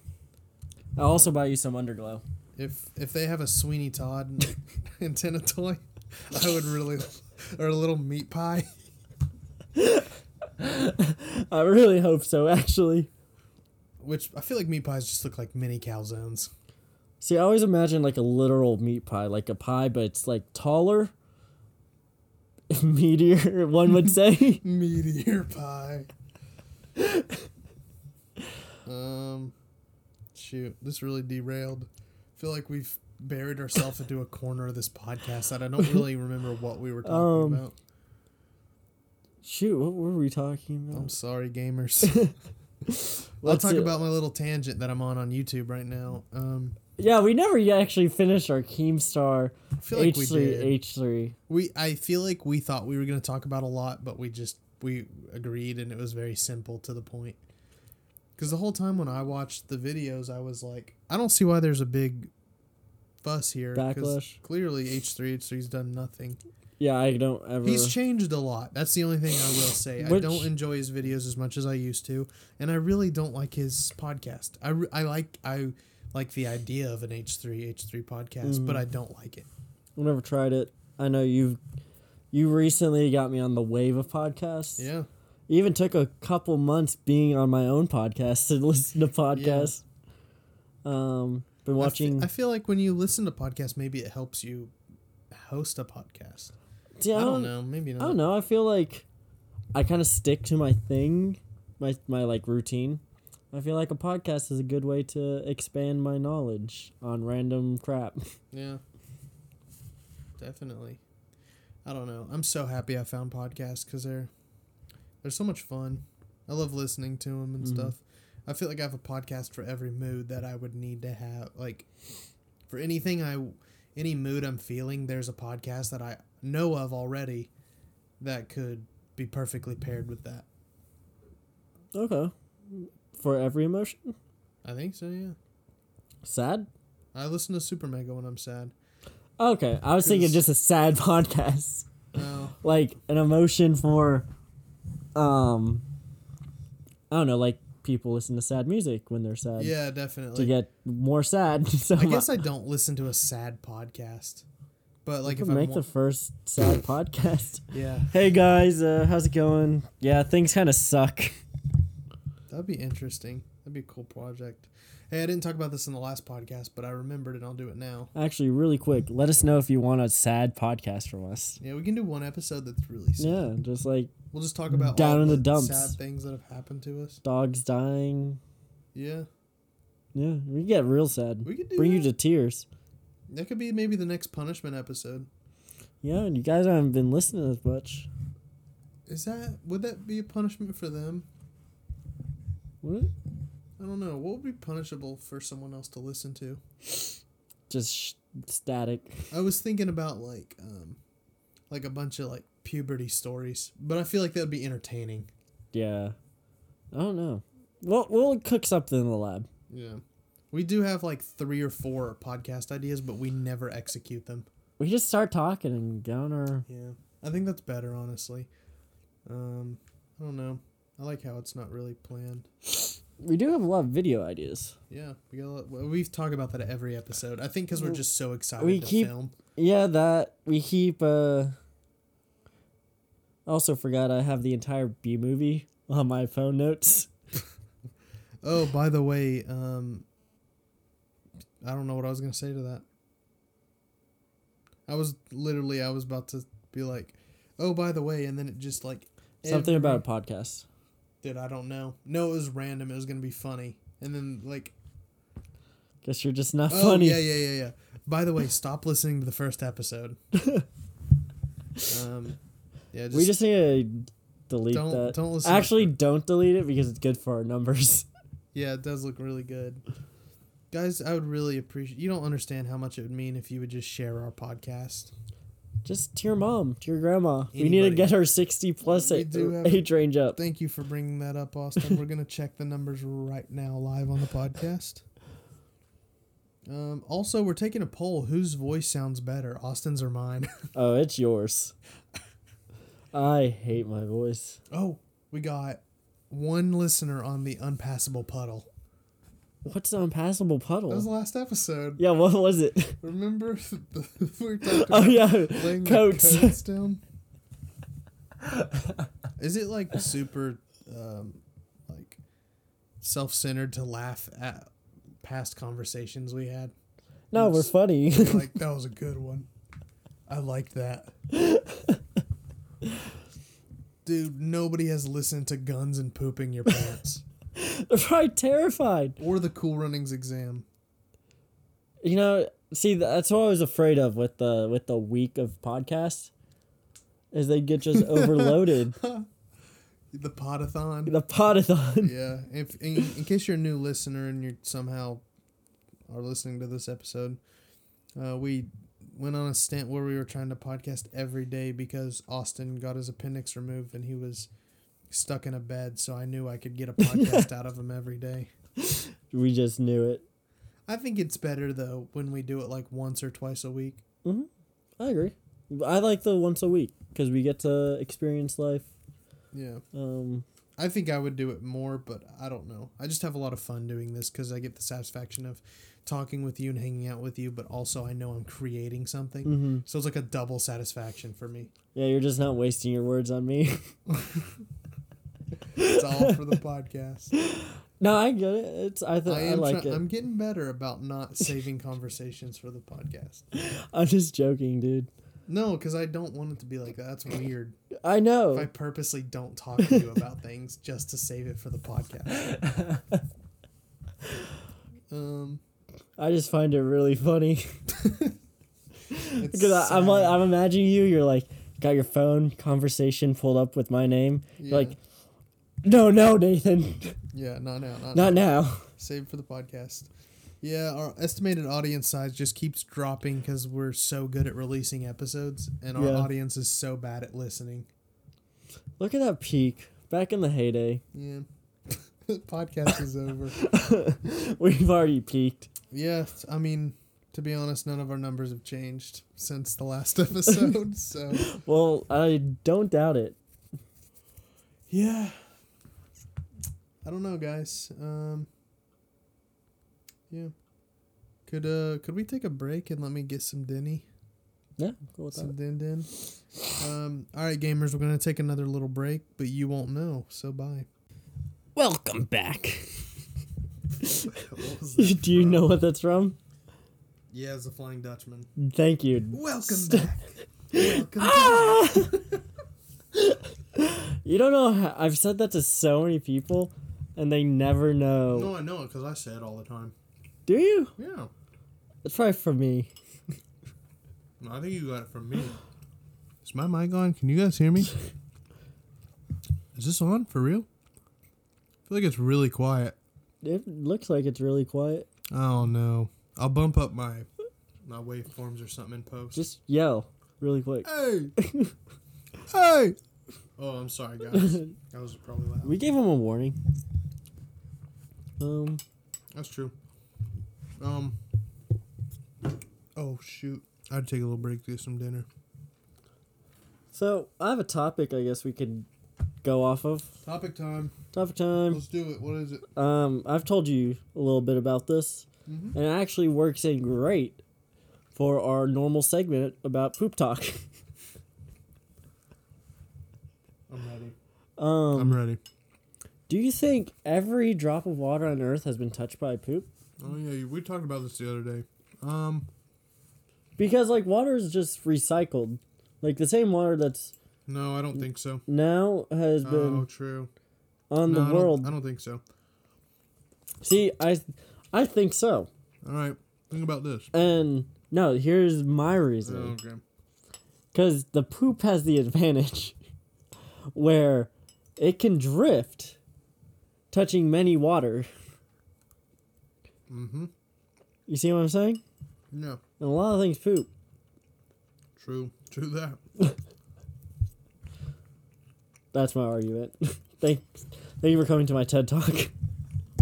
I'll also buy you some underglow.
If if they have a Sweeney Todd antenna toy, I would really or a little meat pie.
I really hope so, actually.
Which I feel like meat pies just look like mini calzones.
See, I always imagine like a literal meat pie, like a pie, but it's like taller. Meteor, one would say.
Meteor pie. um shoot, this really derailed. I feel like we've buried ourselves into a corner of this podcast that I don't really remember what we were
Um,
talking about.
Shoot, what were we talking
I'm
about?
sorry, gamers. I'll
Let's
talk
see.
about my little tangent that I'm on on YouTube right now. Um,
Yeah, we never yet actually finished our Keemstar
I feel like we
H3
did.
H3.
We I feel like we thought we were going to talk about a lot, but we just we agreed and it was very simple to the point. Cuz the whole time when I watched the videos, I was like, I don't see why there's a big fuss here 'cause
Backlash.
clearly H3 H3's done nothing.
Yeah, I don't ever.
He's changed a lot. That's the only thing I will say. I
Which-
don't enjoy his videos as much as I used to, and I really don't like his podcast. I, re- I like I like the idea of an H3 H3 podcast,
Mm.
but I don't like it.
I've never tried it. I know you've you recently got me on the wave of podcasts.
Yeah.
Even took a couple months being on my own podcast to listen to podcasts. Um been
I fe-
watching
I feel like when you listen to podcasts, maybe it helps you host a podcast.
See,
I don't know. Maybe not.
I don't know. I feel like I kind of stick to my thing, my my like routine. I feel like a podcast is a good way to expand my knowledge on random crap.
Yeah. Definitely. I don't know. I'm so happy I
Mm-hmm.
found podcasts because they're they're so much fun. I love listening to them and stuff. I feel like I have a podcast for every mood that I would need to have. Like for anything I, any mood I'm feeling, there's a podcast that I know of already that could be perfectly paired with that.
Okay. For every emotion?
I think so. Yeah.
Sad?
I listen to Super Mega when I'm sad.
Okay. I was thinking
'Cause-
just a sad podcast.
No.
Like an emotion for um I don't know, like people listen to sad music when they're sad.
Yeah,
To
definitely.
get more sad. So
I guess I don't listen to a sad podcast, but like
could
if I
make
want,
the first sad podcast.
yeah,
Hey guys, uh, how's it going? Yeah, things kind of suck.
that'd be interesting. That'd be a cool project. Hey, I didn't talk about this in the last podcast, but I remembered and I'll do it now.
Actually, really quick, let us know if you want a sad podcast from us.
Yeah, we can do one episode that's really sad.
Yeah, just like
We'll just talk about
Down
all
in the dumps.
sad things that have happened to us.
dogs dying.
Yeah,
Yeah, we get real sad.
We could do
Bring you to
that.
tears.
that could be maybe the next punishment episode.
Yeah, and you guys haven't been listening as much.
Is that would that be a punishment for them?
What?
I don't know. What would be punishable for someone else to listen to?
Just sh- static.
I was thinking about like um like a bunch of like puberty stories, but I feel like that would be entertaining.
Yeah. I don't know. Well, we'll cook something in the lab.
Yeah. We do have like three or four podcast ideas, but we never execute them.
We just start talking and get on our.
Yeah. I think that's better, honestly. Um I don't know. I like how it's not really planned.
We do have a lot of video ideas.
Yeah, we got a lot, well, we've talked about that every episode. I think because we're just so excited
We
to
keep-
film.
Yeah, that we keep. uh Also forgot I have the entire B movie on my phone notes.
Oh, by the way, um, I don't know what I was gonna say to that. I was literally I was about to be like, oh, by the way, and then it just like
Something
every-
about a podcast.
dude. I don't know. No, it was random. It was gonna be funny, and then like,
Guess you're just not
oh
funny.
yeah, yeah, yeah, yeah. By the way, stop listening to the first episode. um, yeah, just,
we just need to delete
Don't-
that.
don't listen to-
Actually, don't delete it because it's good for our numbers.
yeah, it does look really good. Guys, I would really appreciate. You don't understand how much it would mean if you would just share our podcast.
Just to your mom, to your grandma. We need to
Anybody.
get our 60 plus
We
a-
do have-
age range up.
Thank you for bringing that up, Austin. We're gonna check the numbers right now, live on the podcast. Um, also, we're taking a poll. Whose voice sounds better, Austin's or mine?
Oh, it's yours. I hate my voice.
oh, we got one listener on the unpassable puddle.
What's an impassable
That was the
puddle?
last episode.
Yeah, what was it?
Remember, the, we were talking
Oh,
about
yeah.
laying the
Coats.
coats down. Is it like super, um, like self-centered to laugh at past conversations we had?
No, we're funny.
You're like that was a good one. I liked that. Dude, nobody has listened to guns and pooping your pants
They're probably terrified.
or the Cool Runnings exam.
You know, see, that's what I was afraid of with the with the week of podcasts, is they get just overloaded.
The potathon.
The podathon.
Yeah. If in, in case you're a new listener and you somehow are listening to this episode, uh, we went on a stint where we were trying to podcast every day because Austin got his appendix removed and he was stuck in a bed, so I knew I could get a podcast out of him every day.
We just knew it.
I think it's better though when we do it like once or twice a week.
I agree. I like the once a week because we get to experience life.
Yeah.
Um,
I think I would do it more, but I don't know. I just have a lot of fun doing this because I get the satisfaction of talking with you and hanging out with you, but also I know I'm creating something.
Mm-hmm.
So it's like a double satisfaction for me.
yeah, you're just not wasting your words on me.
It's all for the podcast.
no, I get it. It's I th-
I
I,
am
like
try-
it.
I'm
I'm,
getting better about not saving conversations for the podcast.
just joking, dude.
No, because I don't want it to be like that. That's weird.
I know.
If I purposely don't talk to you about things just to save it for the podcast. Um,
I just find it really funny
it's
because I, I'm
sad.
I'm imagining you. You're like got your phone conversation pulled up with my name.
Yeah.
You're like, no, no, Nathan.
Yeah, not now. Not,
Not
now.
now.
Save for the podcast. Yeah, our estimated audience size just keeps dropping because we're so good at releasing episodes, and our
Yeah.
audience is so bad at listening.
Look at that peak. Back in the heyday,
Yeah, podcast is over.
we've already peaked.
Yeah, I mean, to be honest, none of our numbers have changed since the last episode. so
Well, I don't doubt it.
yeah, I don't know, guys. Um, yeah, could uh, could we take a break and let me get some Denny?
Yeah, cool with
Some
that.
din din. Um, all right, gamers, we're gonna take another little break, but you won't know. So bye.
Welcome back. Do you know what that's from?
Yeah, it's a Flying Dutchman.
Thank you.
Welcome back. Welcome Ah!
You don't know how I've said that to so many people and they never know.
No, I know it because I say it all the time.
Do you?
Yeah,
It's probably for me.
I think you got it from me. Is my mic on? Can you guys hear me? Is this on for real? I feel like it's really quiet.
It looks like it's really quiet.
Oh no! I'll bump up my my waveforms or something in post.
Just yell really quick.
hey, hey. Oh, I'm sorry, guys. That was probably loud.
We gave him a warning. Um,
That's true. Um. Oh shoot! I'd take a little break to get some dinner.
so I have a topic I guess we could go off of.
Topic time.
Topic time.
Let's do it. What is it?
Um, I've told you a little bit about this,
Mhm.
and it actually works in great for our normal segment about poop talk.
I'm ready.
Um,
I'm ready.
do you think every drop of water on Earth has been touched by poop?
Oh yeah, you- we talked about this the other day. Um.
Because like water is just recycled, like the same water that's
No, I don't think so.
now has
Oh,
been
true.
on
No, I
the
don't-
world.
I don't think so.
See, I, I think so.
All right. Think about this.
And no, here's my
Oh,
reason.
okay.
Because the poop has the advantage where it can drift, touching many water.
Mm-hmm.
You see what I'm saying?
No.
And a lot of things poop.
True. True that.
That's my argument. thank, thank you for coming to my TED Talk.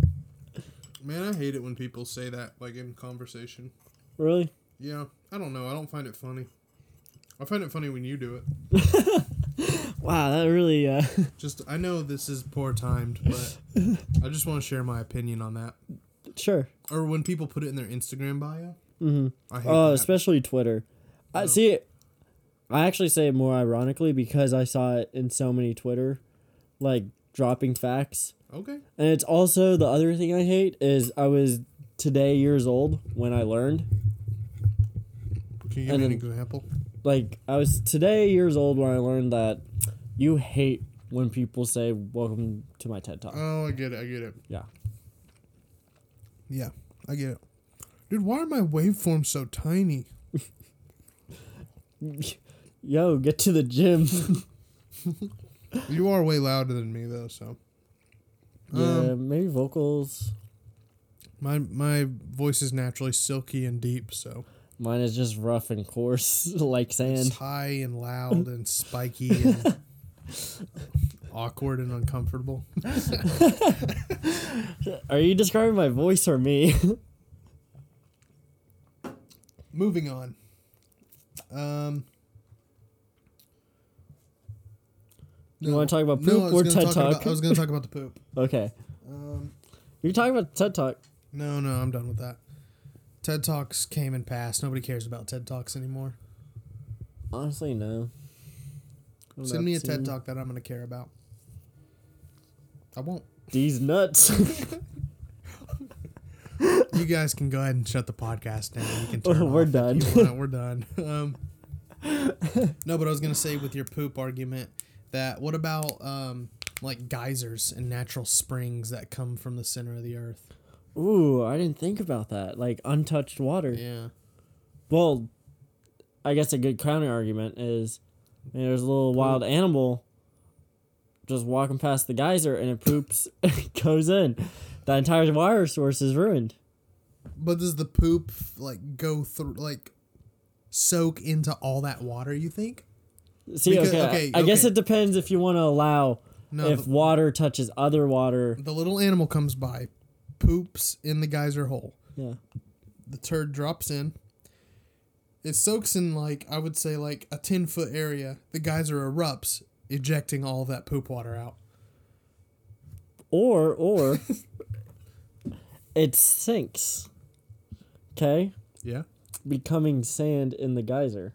Man, I hate it when people say that, like in conversation.
really?
Yeah. I don't know. I don't find it funny. I find it funny when you do it.
Wow, that really. Uh,
Just I know this is poor timed, but I just want to share my opinion on that.
sure.
Or when people put it in their Instagram bio. Mm-hmm. I hate
Oh,
that.
especially Twitter. I see it. I actually say it more ironically because I saw it in so many Twitter, like dropping facts.
okay.
And it's also the other thing I hate is I was today years old when I learned.
Can you give
And
me an
then-
example?
Like I was today years old when I learned that you hate when people say welcome to my TED Talk.
Oh, I get it. I get it.
Yeah.
Yeah, I get it. Dude, why are my waveforms so tiny?
Yo, get to the gym.
Um. You are way louder than me though, so Um,
yeah, maybe vocals.
my my voice is naturally silky and deep, so
Mine is just rough and coarse like
it's
sand.
high and loud and spiky and awkward and uncomfortable.
Are you describing my voice or me?
Moving on. Um
You wanna talk about poop
I was
or
gonna
TED
talk
Talk?
about- I was going to talk about the poop.
okay.
Um,
You're talking about TED Talk.
no, no, I'm done with that. TED Talks came and passed. Nobody cares about TED Talks anymore.
Honestly, no. I'm
Send
not
me a
seeing
TED Talk that I'm going to care about. I won't.
These nuts.
You guys can go ahead and shut the podcast down. You can turn
We're
off if
done.
you want. We're done. Um, no, but I was gonna say with your poop argument that what about um, like geysers and natural springs that come from the center of the earth?
Ooh, I didn't think about that. Like untouched water.
Yeah,
Well, I guess a good counter argument is I mean, there's a little wild animal just walking past the geyser and it poops goes in. The entire water source is ruined.
But does the poop like go through like soak into all that water? You think?
See,
Because-
okay, I-
okay,
I, guess
okay.
it depends if you want to allow
No,
if
the-
water touches other water.
The little animal comes by, poops in the geyser hole.
Yeah,
The turd drops in. It soaks in like I would say like a ten foot area. The geyser erupts, ejecting all that poop water out.
or or it sinks. Okay,
Yeah.
becoming sand in the geyser.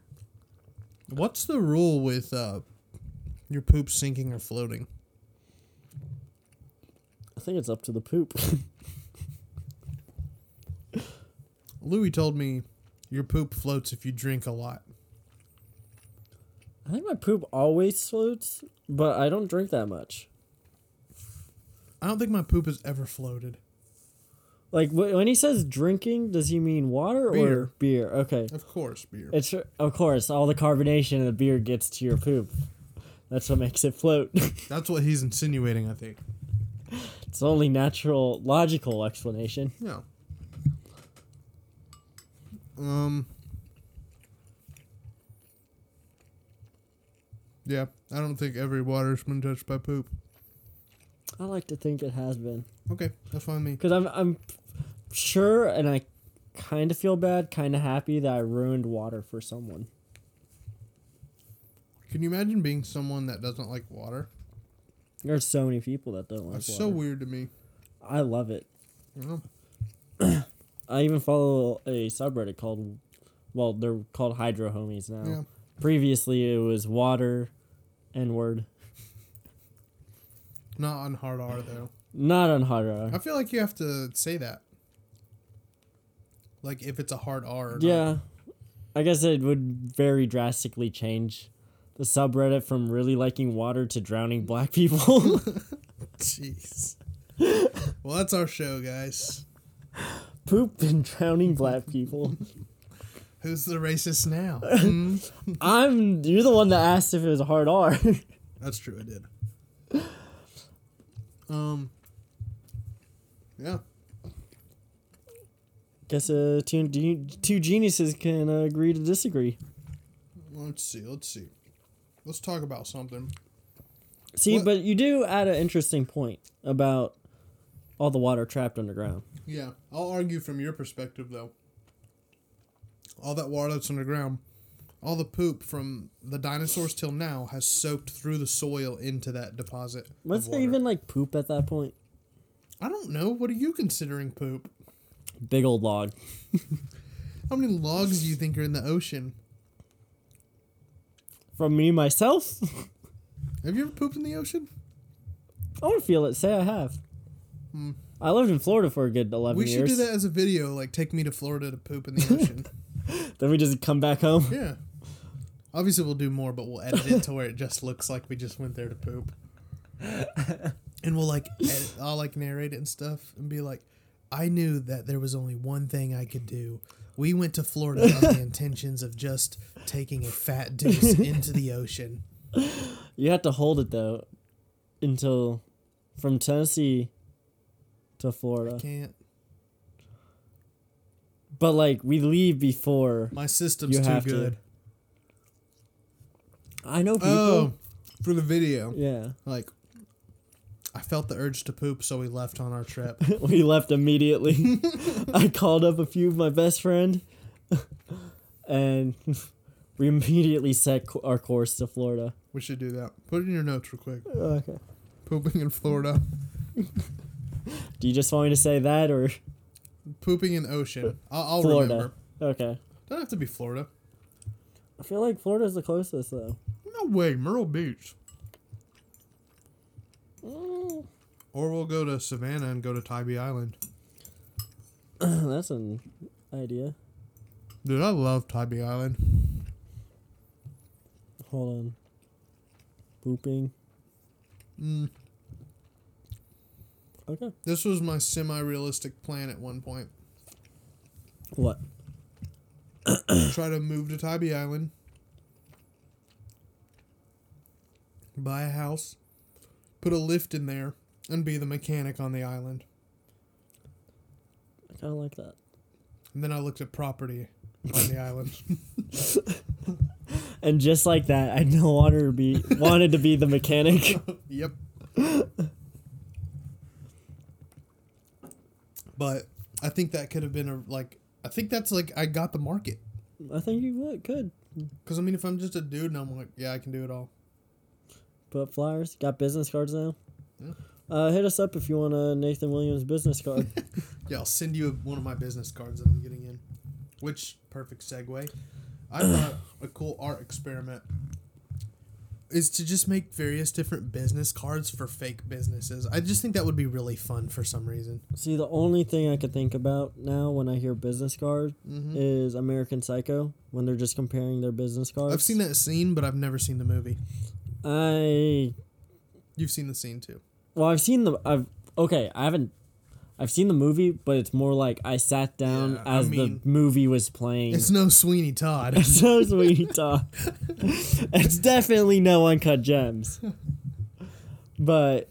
What's the rule with uh, your poop sinking or floating?
I think it's up to the poop.
Louis told me your poop floats if you drink a lot.
I think my poop always floats, but I don't drink that much.
I don't think my poop has ever floated.
Like wh- when he says drinking, does he mean water or
Beer.
beer? Okay,
Of course, beer.
it's of course all the carbonation in the beer gets to your poop. That's what makes it float.
That's what he's insinuating, I think.
it's the only natural, logical explanation.
Yeah. Um. Yeah, I don't think every water's been touched by poop.
I like to think it has been
Okay, that's fine with me.
because I'm I'm sure, and I kind of feel bad, kind of happy that I ruined water for someone.
Can you imagine being someone that doesn't like water?
There's so many people that don't like
That's
water.
so weird to me.
I love it.
You know?
I even follow a subreddit called, well, they're called Hydro Homies now.
Yeah.
Previously, it was Water, N word.
Not on hard R though.
Not on Hydro.
I feel like you have to say that. Like if it's a hard R. or not.
Yeah, I guess it would very drastically change the subreddit from really liking water to drowning black people.
Jeez. well, that's our show, guys.
Poop and drowning black people.
Who's the racist now? Hmm?
I'm you're the one that asked if it was a hard R.
That's true. I did. Um. Yeah.
guess uh, two two geniuses can uh, agree to disagree.
Let's see. Let's see. Let's talk about something.
See,
What-
but you do add an interesting point about all the water trapped underground.
Yeah, I'll argue from your perspective though. All that water that's underground, all the poop from the dinosaurs till now has soaked through the soil into that deposit. of
What's it
water.
even like poop at that point?
I don't know. What are you considering poop?
Big old log.
How many logs do you think are in the ocean?
From me myself,
Have you ever pooped in the ocean?
I would feel it. Say I have. I lived in Florida for a good eleven
Hmm. We should
years.
do that as a video. Like, take me to Florida to poop in the ocean.
Then we just come back home.
yeah. Obviously, we'll do more, but we'll edit it to where it just looks like we just went there to poop. And we'll like, edit, I'll like narrate it and stuff, and be like, I knew that there was only one thing I could do. We went to Florida on the intentions of just taking a fat deuce into the ocean.
You had to hold it though, until from Tennessee to Florida.
Can't.
But like we leave before.
My system's
You
too
have to.
good.
I know people.
Oh, for the video.
Yeah,
Like, I felt the urge to poop, so we left on our trip.
we left immediately. I called up a few of my best friend, and we immediately set co- our course to Florida.
we should do that. Put it in your notes real quick.
Okay.
Pooping in Florida.
Do you just want me to say that or
Pooping in ocean. I'll, I'll
Florida?
remember.
Okay.
Don't have to be Florida.
I feel like Florida's the closest though.
No way, Myrtle Beach. Or we'll go to Savannah and go to Tybee Island.
That's an idea.
Dude, I love Tybee Island.
Hold on. Pooping.
Mm.
Okay.
This was my semi-realistic plan at one point.
What?
Try to move to Tybee Island. Buy a house. put a lift in there and be the mechanic on the island.
I kind of like that.
And then I looked at property on the island.
And just like that, I no longer be wanted to be the mechanic.
Yep. but I think that could have been a like I think that's like I got the market.
I think you would could.
Cuz I mean if I'm just a dude and I'm like, yeah, I can do it all.
Put up flyers. Got business cards now.
Yeah.
Uh, hit us up if you want a Nathan Williams business card.
Yeah, I'll send you one of my business cards that I'm getting in. Which perfect segue. I thought a cool art experiment is to just make various different business cards for fake businesses. I just think that would be really fun for some reason.
See, the only thing I could think about now when I hear business card
Mhm.
is American Psycho when they're just comparing their business cards.
I've seen that scene, but I've never seen the movie.
I
You've seen the scene too.
well, I've seen the I've okay, I haven't. I've seen the movie, but it's more like I sat down
Yeah, I
as
mean-
the movie was playing.
It's no Sweeney Todd.
so sweet talk. it's definitely no uncut gems. But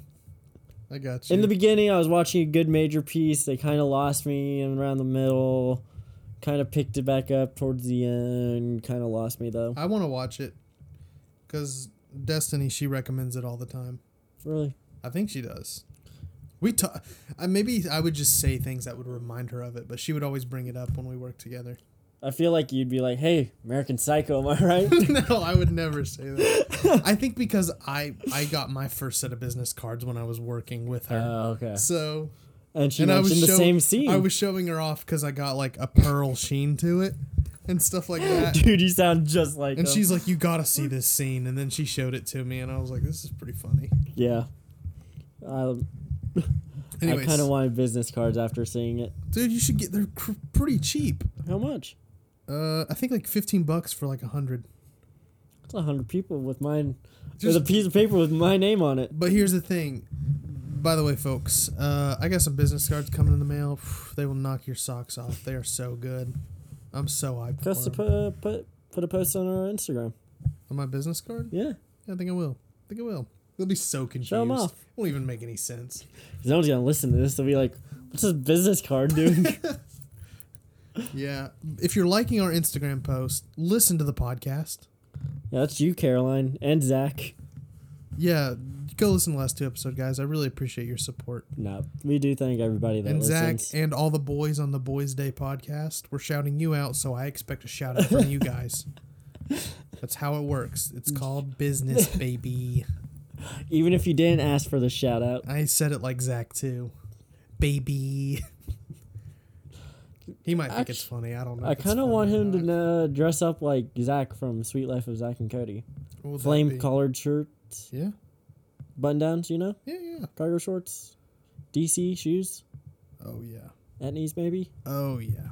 I got you.
in the beginning, I was watching a good major piece. They kind of lost me and around the middle. Kind of picked it back up towards the end. Kind of lost me though.
I want to watch it because Destiny she recommends it all the time.
Really,
I think she does. We ta I maybe I would just say things that would remind her of it, but she would always bring it up when we worked together.
I feel like you'd be like, "Hey, American Psycho," am I right?
no, I would never say that. I think because I I got my first set of business cards when I was working with
Oh,
her.
okay.
so
And she
and I was
mentioned the
show-
same scene.
I was showing her off because I got like a pearl sheen to it and stuff like that.
Dude, you sound just like.
And
him.
she's like, "You gotta see this scene," and then she showed it to me, and I was like, "This is pretty funny."
yeah. I, I
Anyways,
kind of wanted business cards after seeing it.
dude, you should get they're cr- pretty cheap.
How much?
Uh, I think like fifteen bucks for like a hundred.
It's a hundred people with mine. There's
Just-
a piece of paper with my name on it.
But here's the thing. By the way, folks, uh, I got some business cards coming in the mail. They will knock your socks off. They are so good. I'm so hyped for
Just to
'em.
put, uh, put put a post on our Instagram.
On my business card?
Yeah,
Yeah, I think I will. I think I will. They'll be so confused.
Show 'em off.
It won't even make any sense.
'Cause no one's gonna listen to this. They'll be like, "What's this business card doing?"
Yeah. If you're liking our Instagram post, listen to the podcast.
yeah, that's you, Caroline and Zach.
Yeah, go listen to the last two episode, guys. I really appreciate your support.
No, we do thank everybody that
and Zach
listens.
and all the boys on the Boys Day podcast, we're shouting you out, so I expect a shout out from you guys. That's how it works. It's
Mm.
called business, baby.
Even if you didn't ask for the shout out,
I said it like Zach too, baby. He might think it's funny. I don't know.
I
if it's
kind of
funny
want
or
him
not.
to uh, dress up like Zach from Sweet Life of Zach and Cody.
What would that be?
Flame collared shirts,
Yeah,
button downs, you know,
yeah, yeah.
cargo shorts, DC shoes,
Oh yeah.
etnies maybe.
Oh yeah.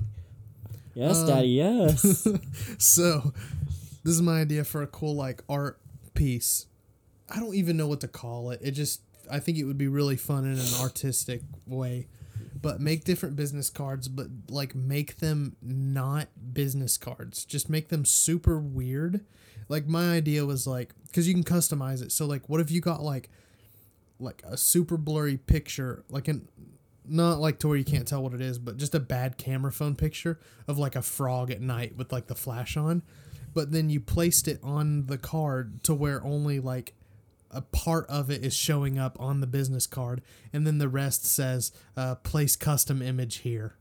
Yes,
Um,
Daddy. Yes.
so this is my idea for a cool like art piece i don't even know what to call it it just i think it would be really fun in an artistic way but make different business cards but like make them not business cards just make them super weird like my idea was like because you can customize it so like what if you got like like a super blurry picture like an not like to where you can't tell what it is, but just a bad camera phone picture of like a frog at night with like the flash on. But then you placed it on the card to where only like a part of it is showing up on the business card, and then the rest says uh, place custom image here.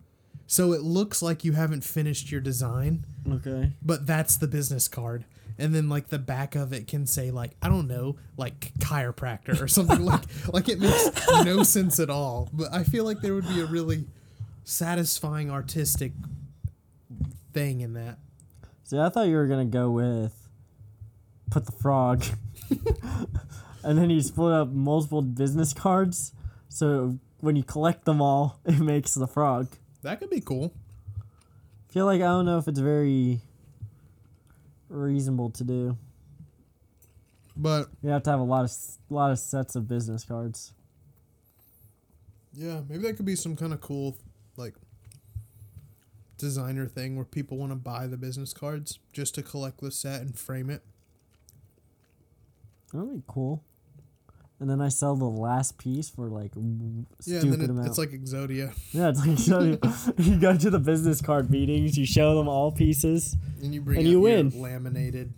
So it looks like you haven't finished your design,
okay.
but that's the business card. And then like the back of it can say like I don't know like chiropractor or something like like it makes no sense at all. But I feel like there would be a really satisfying artistic thing in that.
See, I thought you were gonna go with put the frog, and then you split up multiple business cards. So when you collect them all, it makes the frog.
That could be cool.
feel like I don't know if it's very reasonable to do.
But
You have to have a lot of s- lot of sets of business cards.
yeah, maybe that could be some kind of cool like designer thing where people want to buy the business cards just to collect the set and frame it.
That'd be cool. and then I sell the last piece for like w-
Yeah,
stupid
and then it,
amount.
it's like Exodia,
yeah, it's like so you, you go to the business card meetings, you show them all pieces.
and you bring
And
out
you
your
win.
laminated,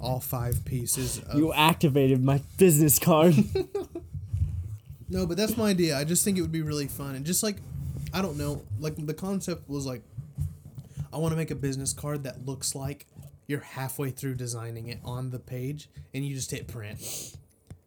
all five pieces. Of,
You activated my business card.
no, but that's my idea. I just think it would be really fun, and just like, I don't know, like the concept was like, I want to make a business card that looks like you're halfway through designing it on the page, and you just hit print,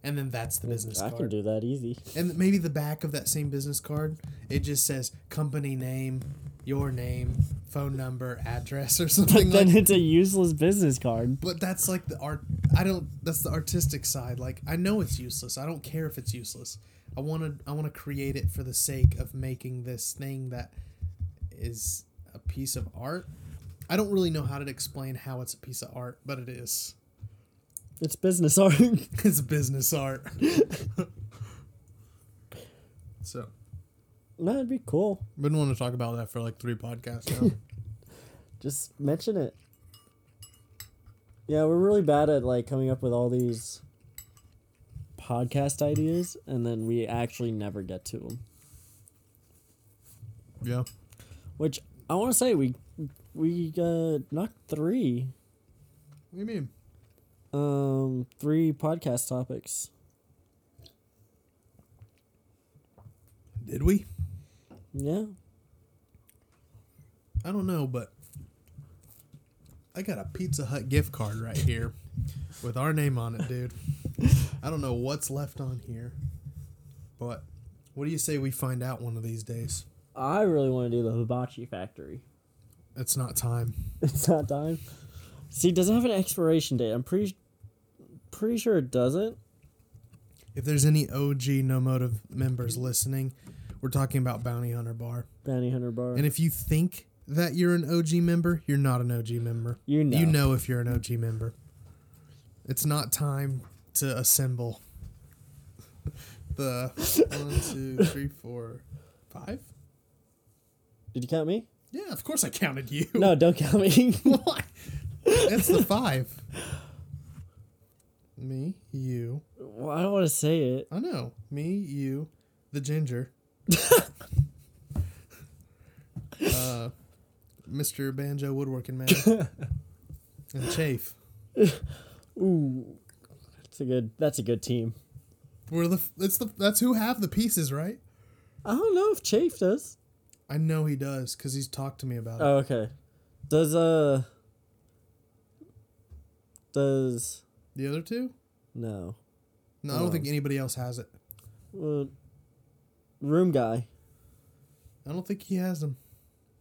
and then that's the business
I
card.
can do that easy.
and maybe the back of that same business card it just says company name your name phone number address or something
But then
like
it's a useless business card.
but that's like the art i don't that's the artistic side like i know it's useless i don't care if it's useless i want to i want to create it for the sake of making this thing that is a piece of art i don't really know how to explain how it's a piece of art but it is
It's business art.
it's business art so
That'd be cool.
Been wanting to talk about that for like three podcasts now.
Just mention it. Yeah, we're really bad at like coming up with all these podcast ideas, and then we actually never get to them.
yeah.
Which I want to say we we uh, knocked three
What do you mean?
um three podcast topics.
Did we?
Yeah,
I don't know, but I got a Pizza Hut gift card right here with our name on it, dude. I don't know what's left on here, but what do you say we find out one of these days?
I really want to do the hibachi factory.
It's not time.
It's not time. See, it doesn't have an expiration date. I'm pretty pretty sure it doesn't.
If there's any OG No Motive members listening, we're talking about Bounty Hunter Bar.
Bounty Hunter Bar.
And if you think that you're an OG member, you're not an OG member.
You know.
You know if you're an OG member. It's not time to assemble the one, two, three, four, five.
Did you count me?
Yeah, of course I counted you.
No, don't count me.
Why? That's the five. Me, you.
well, I don't want to say it.
I know. Me, you, the ginger. uh, Mr. Banjo Woodworking Man. and Chafe.
Ooh, that's a good. That's a good team.
We're the that's the that's who have the pieces, right?
I don't know if Chafe does.
I know he does because he's talked to me about it.
Oh, okay. Does uh. Does
The other two?
no.
No, I don't think anybody else has it.
Well, room guy.
I don't think he has them.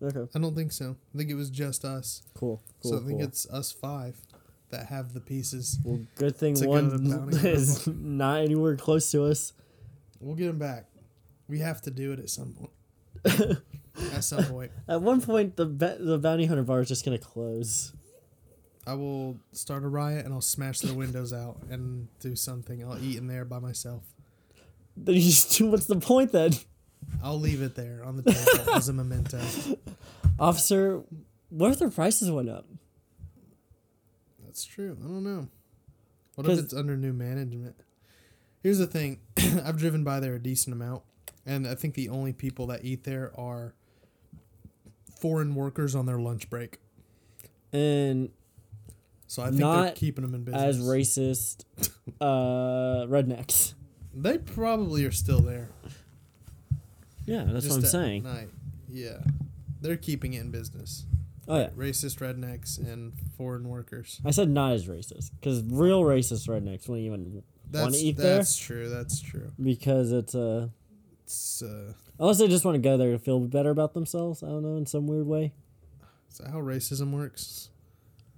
Okay.
I don't think so. I think it was just us.
Cool. Cool.
so I think
cool.
it's us five that have the pieces.
well, good thing
it's a good
one
bounty.
is not anywhere close to us.
We'll get them back. We have to do it at some point. at some point.
At one point, the ba- the bounty hunter bar is just gonna close.
I will start a riot and I'll smash the windows out and do something. I'll eat in there by myself.
Then you just what's the point then,
I'll leave it there on the table as a memento.
officer? What if their prices went up?
That's true. I don't know. What if
'Cause-
it's under new management? Here's the thing. I've driven by there a decent amount, and I think the only people that eat there are foreign workers on their lunch break.
And
So I think they're
Not
keeping them in business.
as racist uh rednecks.
they probably are still there.
Yeah, that's
just at Night. Yeah. They're keeping it in business.
Oh yeah.
Racist rednecks and foreign workers.
I said not as racist because real racist rednecks wouldn't even want
That's
to eat there
that's true. That's true.
because it's uh
It's uh,
unless they just want to go there to feel better about themselves. I don't know in some weird way.
is that how racism works?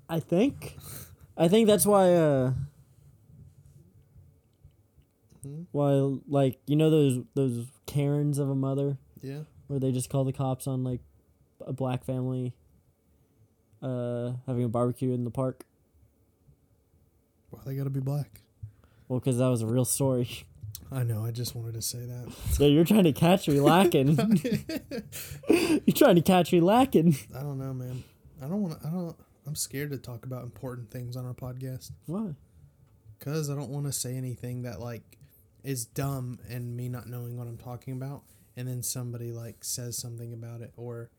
I think, I think that's why uh
Hmm?
why like you know those those Karens of a mother
Yeah.
where they just call the cops on like a black family uh having a barbecue in the park.
Why they gotta be black?
Well, because that was a real story.
I know. I just wanted to say that.
Yeah, you're trying to catch me lacking. you're trying to catch me lacking.
I don't know, man. I don't want to. I don't. I'm scared to talk about important things on our podcast
Why?
because I don't want to say anything that like is dumb and me not knowing what I'm talking about, and then somebody like says something about it or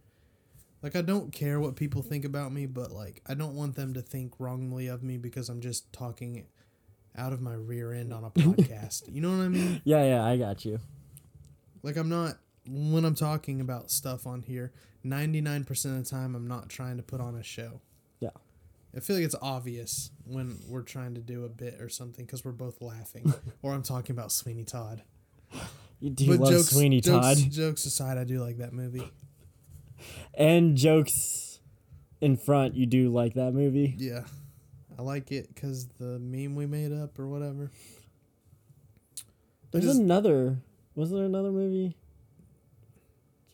like I don't care what people think about me, but like I don't want them to think wrongly of me because I'm just talking out of my rear end on a podcast. you know what I mean?
Yeah, yeah, I got you.
Like I'm not when I'm talking about stuff on here, 99% of the time I'm not trying to put on a show.
Yeah.
I feel like it's obvious when we're trying to do a bit or something cuz we're both laughing or I'm talking about Sweeney Todd.
You do love Sweeney Todd.
jokes, Jokes aside, I do like that movie.
And jokes in front, you do like that movie.
Yeah. I like it cuz the meme we made up or whatever.
There's
just-
another. Wasn't there another movie?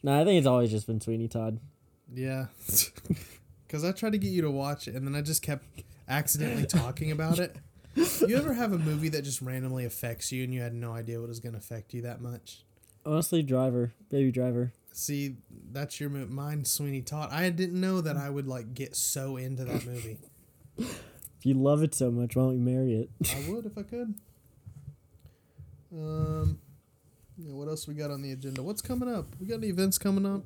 No, I think it's always just been Sweeney Todd.
Yeah. Cuz I tried to get you to watch it and then I just kept accidentally talking about it. You ever have a movie that just randomly affects you and you had no idea what was going to affect you that much?
Honestly, Driver, Baby Driver.
See, that's your mo- mind, Sweeney Todd. I didn't know that I would like get so into that movie.
If you love it so much, why don't you marry it?
I would if I could. Um, yeah, what else we got on the agenda? What's coming up? We got any events coming up?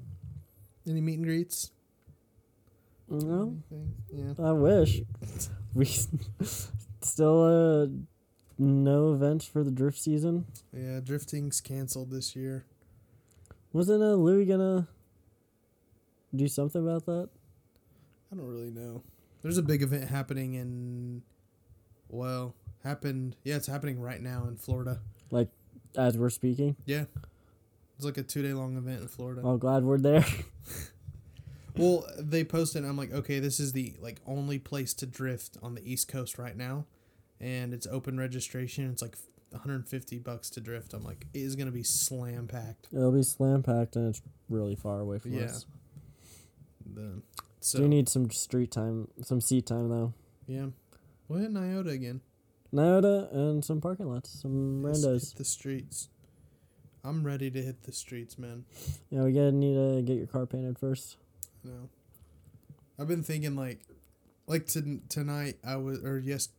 Any meet and greets?
no,
Anything? Yeah.
I wish. We still uh, no events for the drift season.
Yeah, drifting's canceled this year.
Wasn't uh, Louis gonna do something about that?
I don't really know. There's a big event happening in, well, happened. Yeah, it's happening right now in Florida.
As we're speaking,
Yeah. It's like a two day long event in Florida.
I'm glad we're there.
Well, they posted. and I'm like, okay, this is the like only place to drift on the East Coast right now, and it's open registration. It's like 150 bucks to drift. I'm like, it is gonna be slam packed.
It'll be slam packed and it's really far away from
Yeah.
us.
The
Do
so
you need some street time, some seat time though?
yeah, we'll hit Iota again.
Noda and some parking lots, some
Let's
randos.
Hit the streets. I'm ready to hit the streets, man.
Yeah, we gotta need to get your car painted first.
No. I've been thinking like, like to, tonight I was or yes,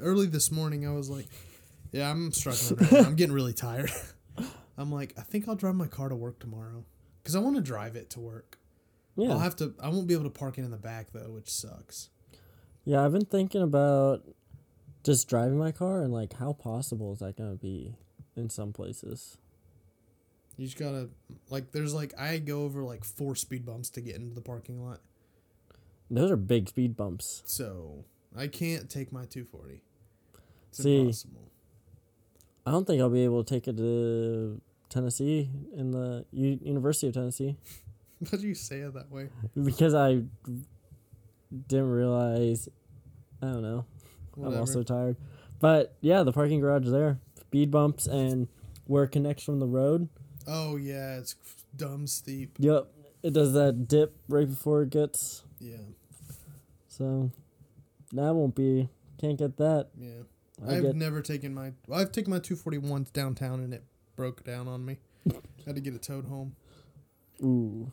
early this morning I was like, yeah, I'm struggling. Right now. I'm getting really tired. I'm like, I think I'll drive my car to work tomorrow because I want to drive it to work.
Yeah,
I'll have to. I won't be able to park it in the back though, which sucks.
yeah. I've been thinking about just driving my car and like how possible is that gonna be in some places?
You just gotta like. There's like I go over like four speed bumps to get into the parking lot,
Those are big speed bumps.
so I can't take my 240. It's
See.
impossible.
I don't think I'll be able to take it to Tennessee in the U- University of Tennessee
Why do you say it that way?
because I didn't realize. I don't know. I'm also tired. But yeah, the parking garage is there. Speed bumps and where it connects from the road.
Oh yeah, it's dumb steep.
Yep. It does that dip right before it gets.
Yeah,
So that won't be. Can't get that.
yeah.
I
I've
get
never taken my. Well, I've taken my 241 to downtown and it broke down on me. had to get it towed home.
ooh.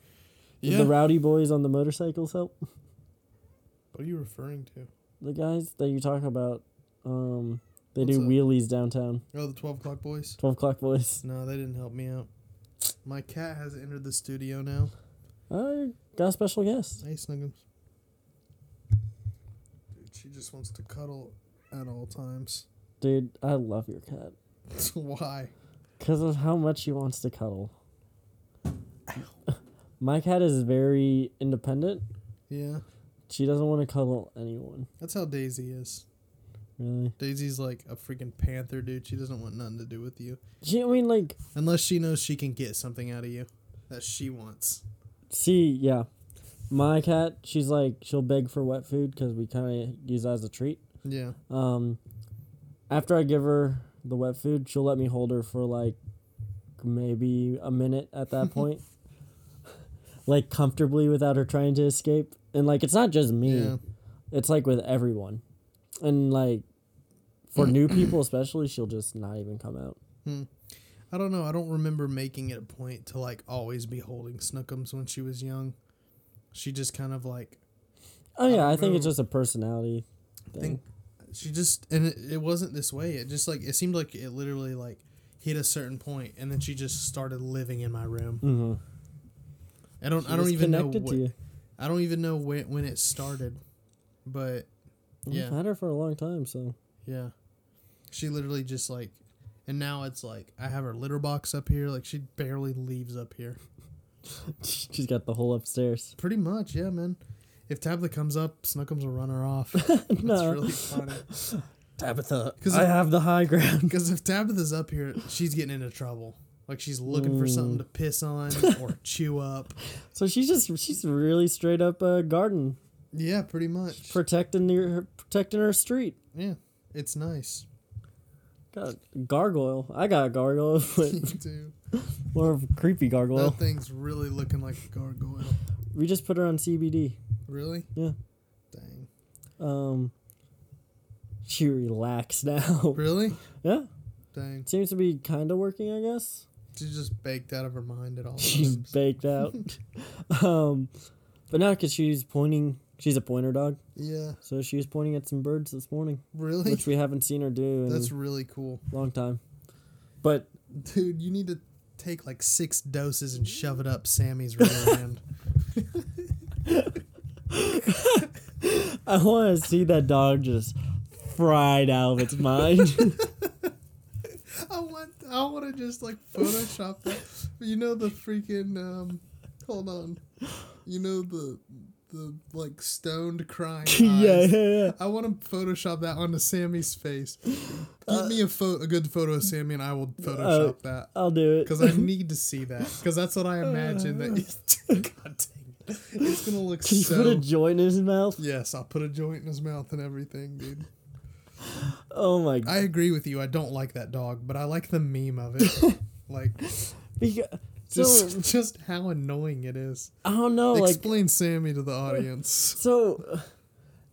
Did
Yeah.
the rowdy boys on the motorcycles help?
what are you referring to?
The guys that you talk about. Um they do
What's up?
wheelies downtown.
Oh, the 12 o'clock boys.
Twelve o'clock boys.
No, they didn't help me out. My cat has entered the studio now.
I got a special guest.
Hey, Snuggums. Dude, she just wants to cuddle at all times.
Dude, I love your cat.
Why?
Because of how much she wants to cuddle. My cat is very independent.
Yeah,
She doesn't want to cuddle anyone,
that's how Daisy is.
really.
Daisy's like a freaking panther, dude. She doesn't want nothing to do with you.
She, I mean, like,
Unless she knows she can get something out of you that she wants.
see, yeah. My cat, she's like, she'll beg for wet food because we kind of use that as a treat.
Yeah.
Um, after I give her the wet food, she'll let me hold her for like maybe a minute at that point, like comfortably without her trying to escape. And like, it's not just me.
Yeah.
it's like with everyone and like for new people especially she'll just not even come out
I don't know. I don't remember making it a point to like always be holding Snookums when she was young. She just kind of like
oh yeah i, think
remember-
it's just a personality
I
thing
think she just and it, it wasn't this way. It just like it seemed like it literally like hit a certain point, and then she just started living in my room.
Mm-hmm.
I don't I don't even know what, I don't even know when when it started, but
Yeah.
yeah.
I've had her for a long time, so
Yeah. She literally just like and now it's like I have her litter box up here, like she barely leaves up here.
she's got the whole upstairs.
Pretty much, yeah, man. If Tabitha comes up, Snuckums will run her off. That's
No.
really funny.
Tabitha,
'Cause
I
it-
have the high ground.
Because if Tabitha's up here, she's getting into trouble. Like she's looking for something to piss on or chew up.
So she's just she's really straight up uh, garden
Yeah, pretty much.
protecting her protecting her street.
yeah, it's nice.
Got a gargoyle. I got a gargoyle, but
Dude,
more of a creepy gargoyle.
that thing's really looking like a gargoyle.
We just put her on CBD.
Really?
Yeah.
Dang.
Um, she relaxed now.
Really?
yeah,
Dang.
seems to be kind of working, I guess.
She's just baked out of her mind at all
She's
times.
baked out. um, but now because she's pointing, she's a pointer dog,
Yeah.
so she was pointing at some birds this morning,
Really?
which we haven't seen her do in
That's really cool.
a long time. But
Dude, you need to take like six doses and shove it up Sammy's rear end.
I want to see that dog just fried out of its mind.
I want I want to just like Photoshop that. You know the freaking um hold on. You know the the like stoned crying. Eyes.
yeah, yeah, yeah.
I want to Photoshop that onto Sammy's face. Give me a pho- a good photo of Sammy and I will Photoshop that.
I'll do it.
Because I need to see that. Because that's what I imagine that. God dang it. It's going to look
Can you
so.
put a joint in his mouth?
Yes, I'll put a joint in his mouth and everything, dude.
Oh my
I agree with you. I don't like that dog, but I like the meme of it. like
Beca-
just
so
just how annoying it is.
I don't know. Like
Explain Sammy to the audience.
so,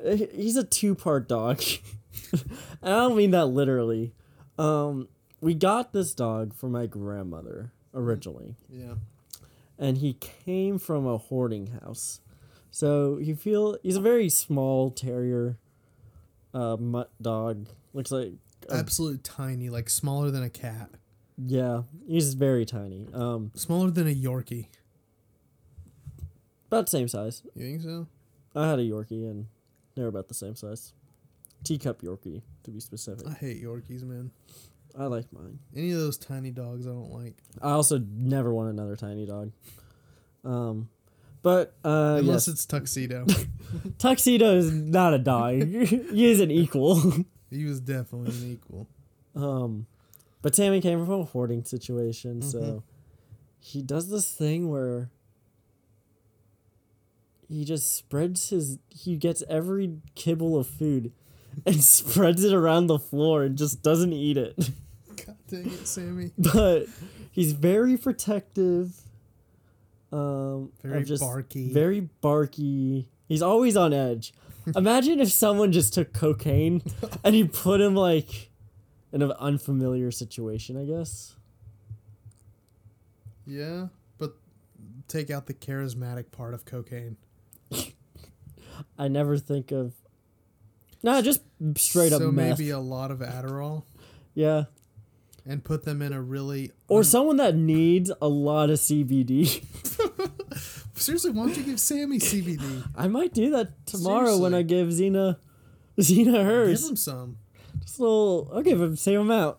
uh, he's a two-part dog, and I don't mean that literally. Um, we got this dog from my grandmother
Mm-hmm.
originally,
Yeah.
and he came from a hoarding house. So you feel he's a very small terrier, uh, mutt dog. Looks like a,
Absolute tiny, like smaller than a cat.
yeah, he's very tiny. Um,
Smaller than a Yorkie.
about the same size.
You think so?
I had a Yorkie, and they're about the same size. Teacup Yorkie, to be specific.
I hate Yorkies, man.
I like mine.
Any of those tiny dogs I don't like.
I also never want another tiny dog. Um, but uh,
Unless
yes,
it's tuxedo.
tuxedo is not a dog. he is an equal.
he was definitely an equal.
um, but Sammy came from a hoarding situation,
Mm-hmm.
so he does this thing where he just spreads his. He gets every kibble of food and spreads it around the floor and just doesn't eat it.
God dang it, Sammy.
but he's very protective. Um, of
Very
just
barky.
Very barky. He's always on edge. Imagine if someone just took cocaine and you put him like in an unfamiliar situation. I guess.
Yeah, but take out the charismatic part of cocaine.
I never think of. Nah, just straight
so
up meth.
maybe a lot of Adderall
yeah,
and put them in a really
or someone that needs a lot of CBD.
Uh, seriously. Why don't you give Sammy CBD?
I might do that tomorrow when
Seriously.
I give Xena, Xena
give
hers.
him some.
Just a little. I'll give him same amount.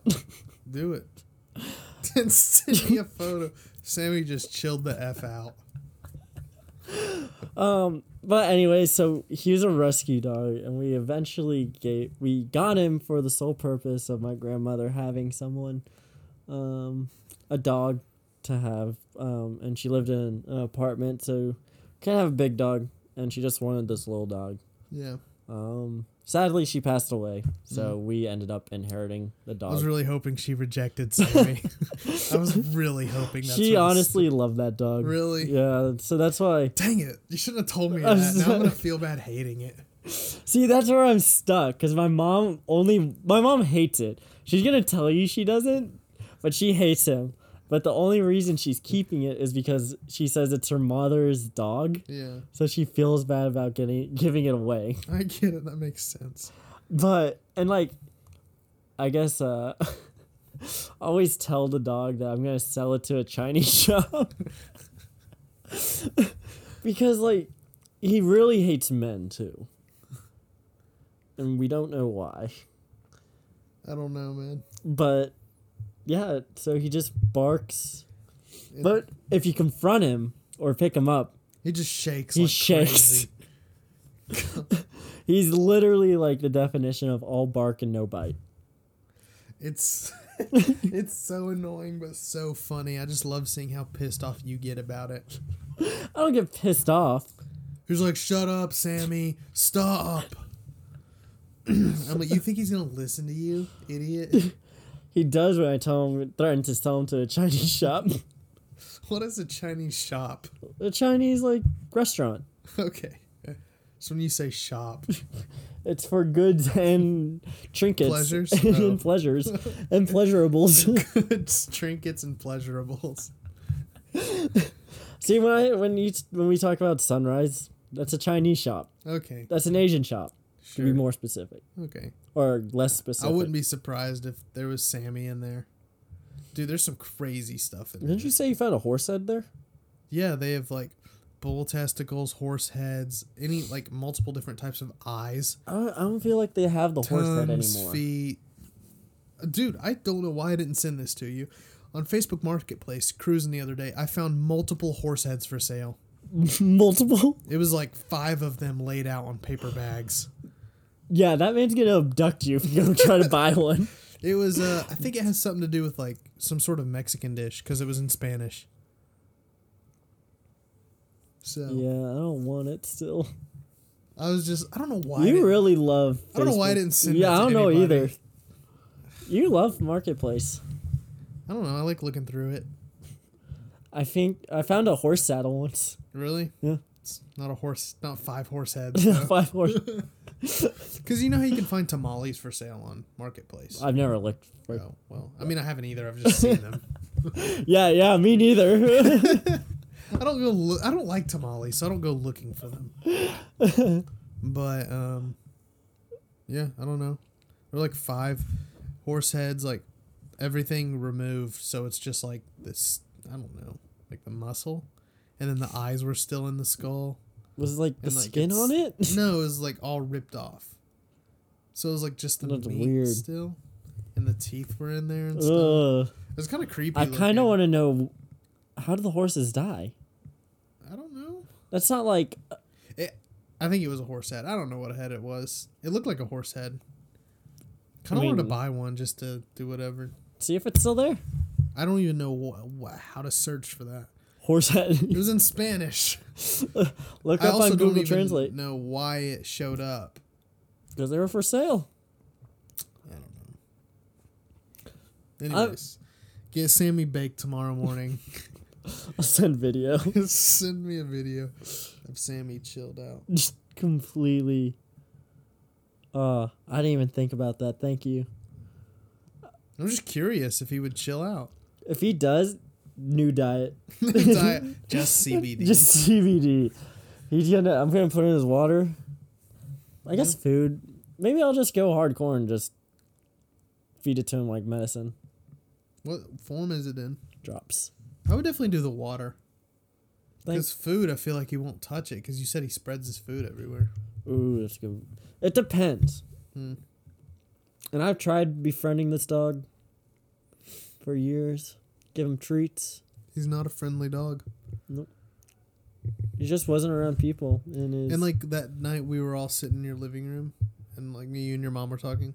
Do it. And send me a photo. Sammy just chilled the f out.
But anyway, so he was a rescue dog, and we eventually gave we got him for the sole purpose of my grandmother having someone, um, a dog to have, um, and she lived in an apartment, so can't have a big dog, and she just wanted this little dog.
Yeah,
Um, sadly, she passed away, so we ended up inheriting the
I
dog.
was Mm-hmm. really hoping she rejected Sammy. I was really hoping. That's
she
what it's-
honestly loved that dog.
Really?
Yeah. So that's why.
Dang it! You shouldn't have told me
I'm
that. Now
sorry.
I'm gonna feel bad hating it.
See, that's where I'm stuck because my mom only my mom hates it. She's gonna tell you she doesn't, but she hates him. But the only reason she's keeping it is because she says it's her mother's dog,
Yeah,
so she feels bad about getting giving it away.
I get it. That makes sense.
but and like I guess uh always tell the dog that I'm gonna sell it to a Chinese shop. because like he really hates men too. And we don't know why.
I don't know, man.
But yeah, so he just barks.
It-
But if you confront him or pick him up,
he just shakes.
He
like
shakes.
crazy.
he's literally like the definition of all bark and no bite.
It's it's so annoying but so funny. I just love seeing how pissed off you get about it.
I don't get pissed off.
He's like, "Shut up, Sammy! Stop!" I'm like, "You think he's gonna listen to you, idiot?
He does when I tell him, threaten to sell him to a Chinese shop,
What is a Chinese shop?"
a Chinese like restaurant.
Okay, so when you say shop,
It's for goods and trinkets,
Pleasures?
and
Oh.
pleasures, and pleasurables.
goods, trinkets, and pleasurables.
See when I when you when we talk about sunrise, that's a Chinese shop.
Okay,
That's an Asian shop. To be
Sure.
more specific
okay.
or less
I
specific.
wouldn't be surprised if there was Sammy in there. Dude, there's some crazy stuff in there.
Didn't you say you found a horse head there?
Yeah, they have like bull testicles, horse heads, any like multiple different types of eyes,
I don't, I don't feel like they have the horse head
tongues,
anymore.
feet. Dude, I don't know why I didn't send this to you. On Facebook Marketplace, cruising the other day, I found multiple horse heads for sale.
Multiple.
It was like five of them laid out on paper bags.
Yeah, that man's gonna abduct you if you go try to buy one.
It was, uh, I think it has something to do with like some sort of Mexican dish because it was in Spanish. So
Yeah, I don't want it still.
I was just, I don't know why. I
you
didn't-
really love.
I don't know why I
Facebook.
didn't send
Yeah,
that
I
to
don't know
anybody.
either. You love marketplace.
I don't know. I like looking through it.
I think I found a horse saddle once.
Really?
Yeah.
It's not a horse, not five horse heads.
Five horse.
Because you know how you can find tamales for sale on Marketplace.
I've never looked. For
oh, well, I mean, I haven't either. I've just seen them.
Yeah, yeah, me neither.
I don't go. Lo- I don't like tamales, so I don't go looking for them. but um, yeah, I don't know. They're like five horse heads, like everything removed, so it's just like this. I don't know, like the muscle, and then the eyes were still in the skull.
Was like the
and, like,
skin
it's-
on it?
No, it was like all ripped off. So it was like just the
That's
meat
weird.
still, and the teeth were in there and stuff.
Ugh.
It was kind of creepy.
I kind of
looking.
want to know how do the horses die?
I don't know.
That's not like
It, I think it was a horse head. I don't know what head it was. It looked like a horse head. Kind of wanted to
mean-
buy one just to do whatever.
see if it's still there.
I don't even know wh- wh- how to search for that.
Horse head.
It was in Spanish.
Look
I
up on
also don't
Google
even
Translate
know why it showed up.
because they were for sale.
I don't know. Anyways, get Sammy baked tomorrow morning.
I'll send video.
Send me a video of Sammy chilled out.
Just completely. Uh, I didn't even think about that. Thank you.
I'm just curious if he would chill out.
If he does, new diet,
Diet- just CBD.
just CBD. He's gonna. I'm gonna put in his water. I guess food. Maybe I'll just go hardcore and just feed it to him like medicine
what form is it in?
drops.
I would definitely do the water.
Thanks.
Because food, I feel like he won't touch it because you said he spreads his food everywhere.
Ooh, that's good. It depends.
Hmm.
And I've tried befriending this dog for years. Give him treats.
He's not a friendly dog.
He just wasn't around people in his.
And like that night, we were all sitting in your living room, and like me, you, and your mom were talking.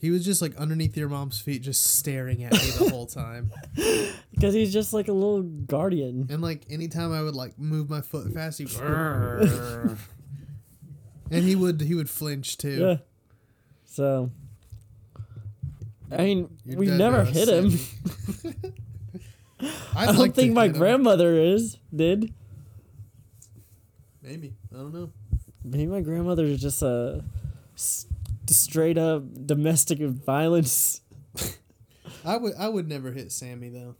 He was just like underneath your mom's feet, just staring at me the whole time.
because he's just like a little guardian.
And like anytime I would like move my foot fast, he would and he would he would flinch too.
Yeah. So. I mean,
Your
we've
dad
never
knows,
hit him.
Sammy. I'd
I don't
like to
think my
hit him.
grandmother is did.
Maybe I don't know.
Maybe my grandmother is just a s- straight up domestic violence.
I would I would never hit Sammy though.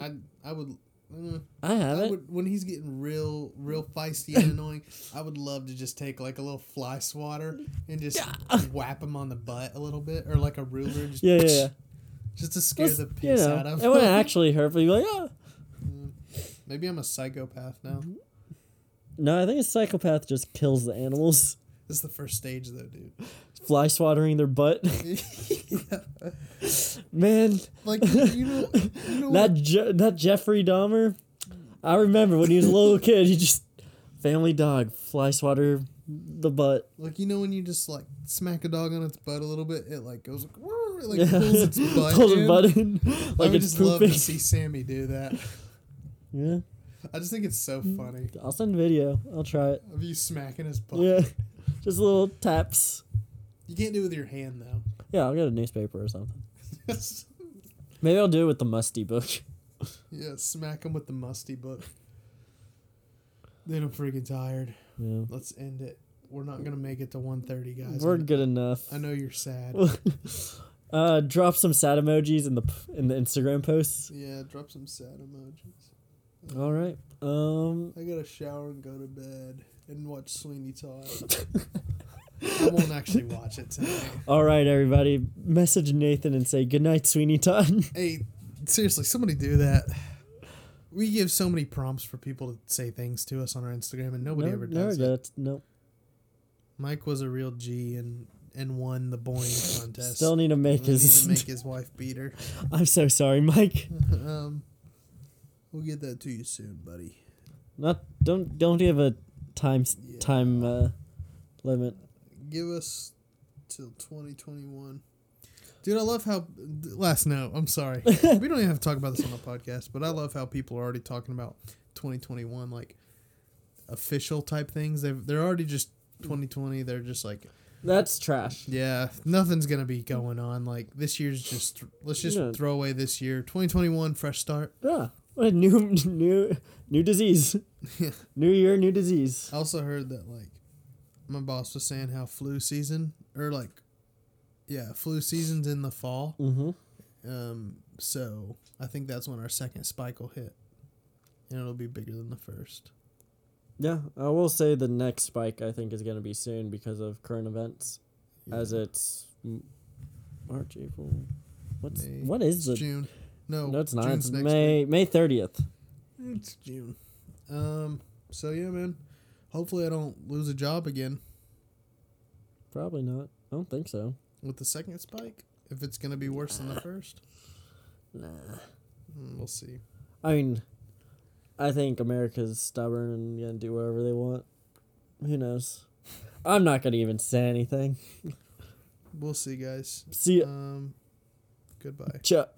I I would mm,
I
I
haven't.
would, when he's getting real, real feisty and annoying, I would love to just take like a little fly swatter and just whap him on the butt a little bit, or like a ruler, just,
yeah, yeah, yeah.
just to scare the
you
piss
know,
out of
it wouldn't
him.
actually hurt, but you'd be like, oh.
Maybe I'm a psychopath now.
No, I think a psychopath just kills the animals.
This is the first stage, though, dude.
Fly swattering their butt. Man,
Like you know, you know
that Je- that Jeffrey Dahmer, I remember when he was a little kid, he just family dog fly swatter the butt.
Like you know when you just like smack a dog on its butt a little bit, it like goes like, "Whoa," it, like pulls its butt.
Pulls
in.
a butt in,
I
like
would
it's
just love to
pooping.
see Sammy do that.
Yeah,
I just think it's so funny
I'll send video. I'll try it.
of you smacking his butt.
Yeah, just little taps.
You can't do it with your hand though.
Yeah, I'll get a newspaper or something. Maybe I'll do it with the musty book.
yeah, smack him with the musty book. Then I'm freaking tired.
Yeah,
Let's end it. We're not gonna make it to 1:30, guys.
we're
I kn-
good enough.
I know you're sad.
Uh, drop some sad emojis in the p- in the Instagram posts.
yeah, drop some sad emojis.
All right. Um,
I gotta shower and go to bed and watch Sweeney Todd. I won't actually watch it tonight.
all right, everybody. Message Nathan and say good night, Sweeney Todd.
Hey, seriously, somebody do that. We give so many prompts for people to say things to us on our Instagram, and nobody
No,
ever
never
does it.
gets- Nope.
Mike was a real G and and won the boing contest.
Still need to make
We need
his.
to make his wife beat her.
I'm so sorry, Mike.
um, we'll get that to you soon, buddy.
Not don't don't give a time s
Yeah.
time uh, limit.
give us till 2021 dude i love how last note i'm sorry we don't even have to talk about this on the podcast but i love how people are already talking about 2021 like official type things they've, they're already just 2020 they're just like
That's trash.
yeah nothing's gonna be going on like this year's just let's just
Yeah.
throw away this year 2021 fresh start
Yeah. Ah, What a new new new disease. new year, new disease.
i also heard that like my boss was saying how flu season or like yeah flu season's in the fall
Mm-hmm.
Um, so I think that's when our second spike will hit, and it'll be bigger than the first.
Yeah, I will say the next spike I think is going to be soon because of current events, as it's m- March, April. What's
May.
what is the?
It's June? No,
No, it's not.
June's
it's
next
May May thirtieth.
week. It's June. Um. So yeah, man. Hopefully, I don't lose a job again
Probably not. I don't think so.
with the second spike. If it's gonna be worse than the first,
Nah.
Mm, we'll see.
I mean, I think America's stubborn and gonna do whatever they want. Who knows? I'm not gonna even say anything.
We'll see, guys.
See ya.
Um. Goodbye.
Ciao.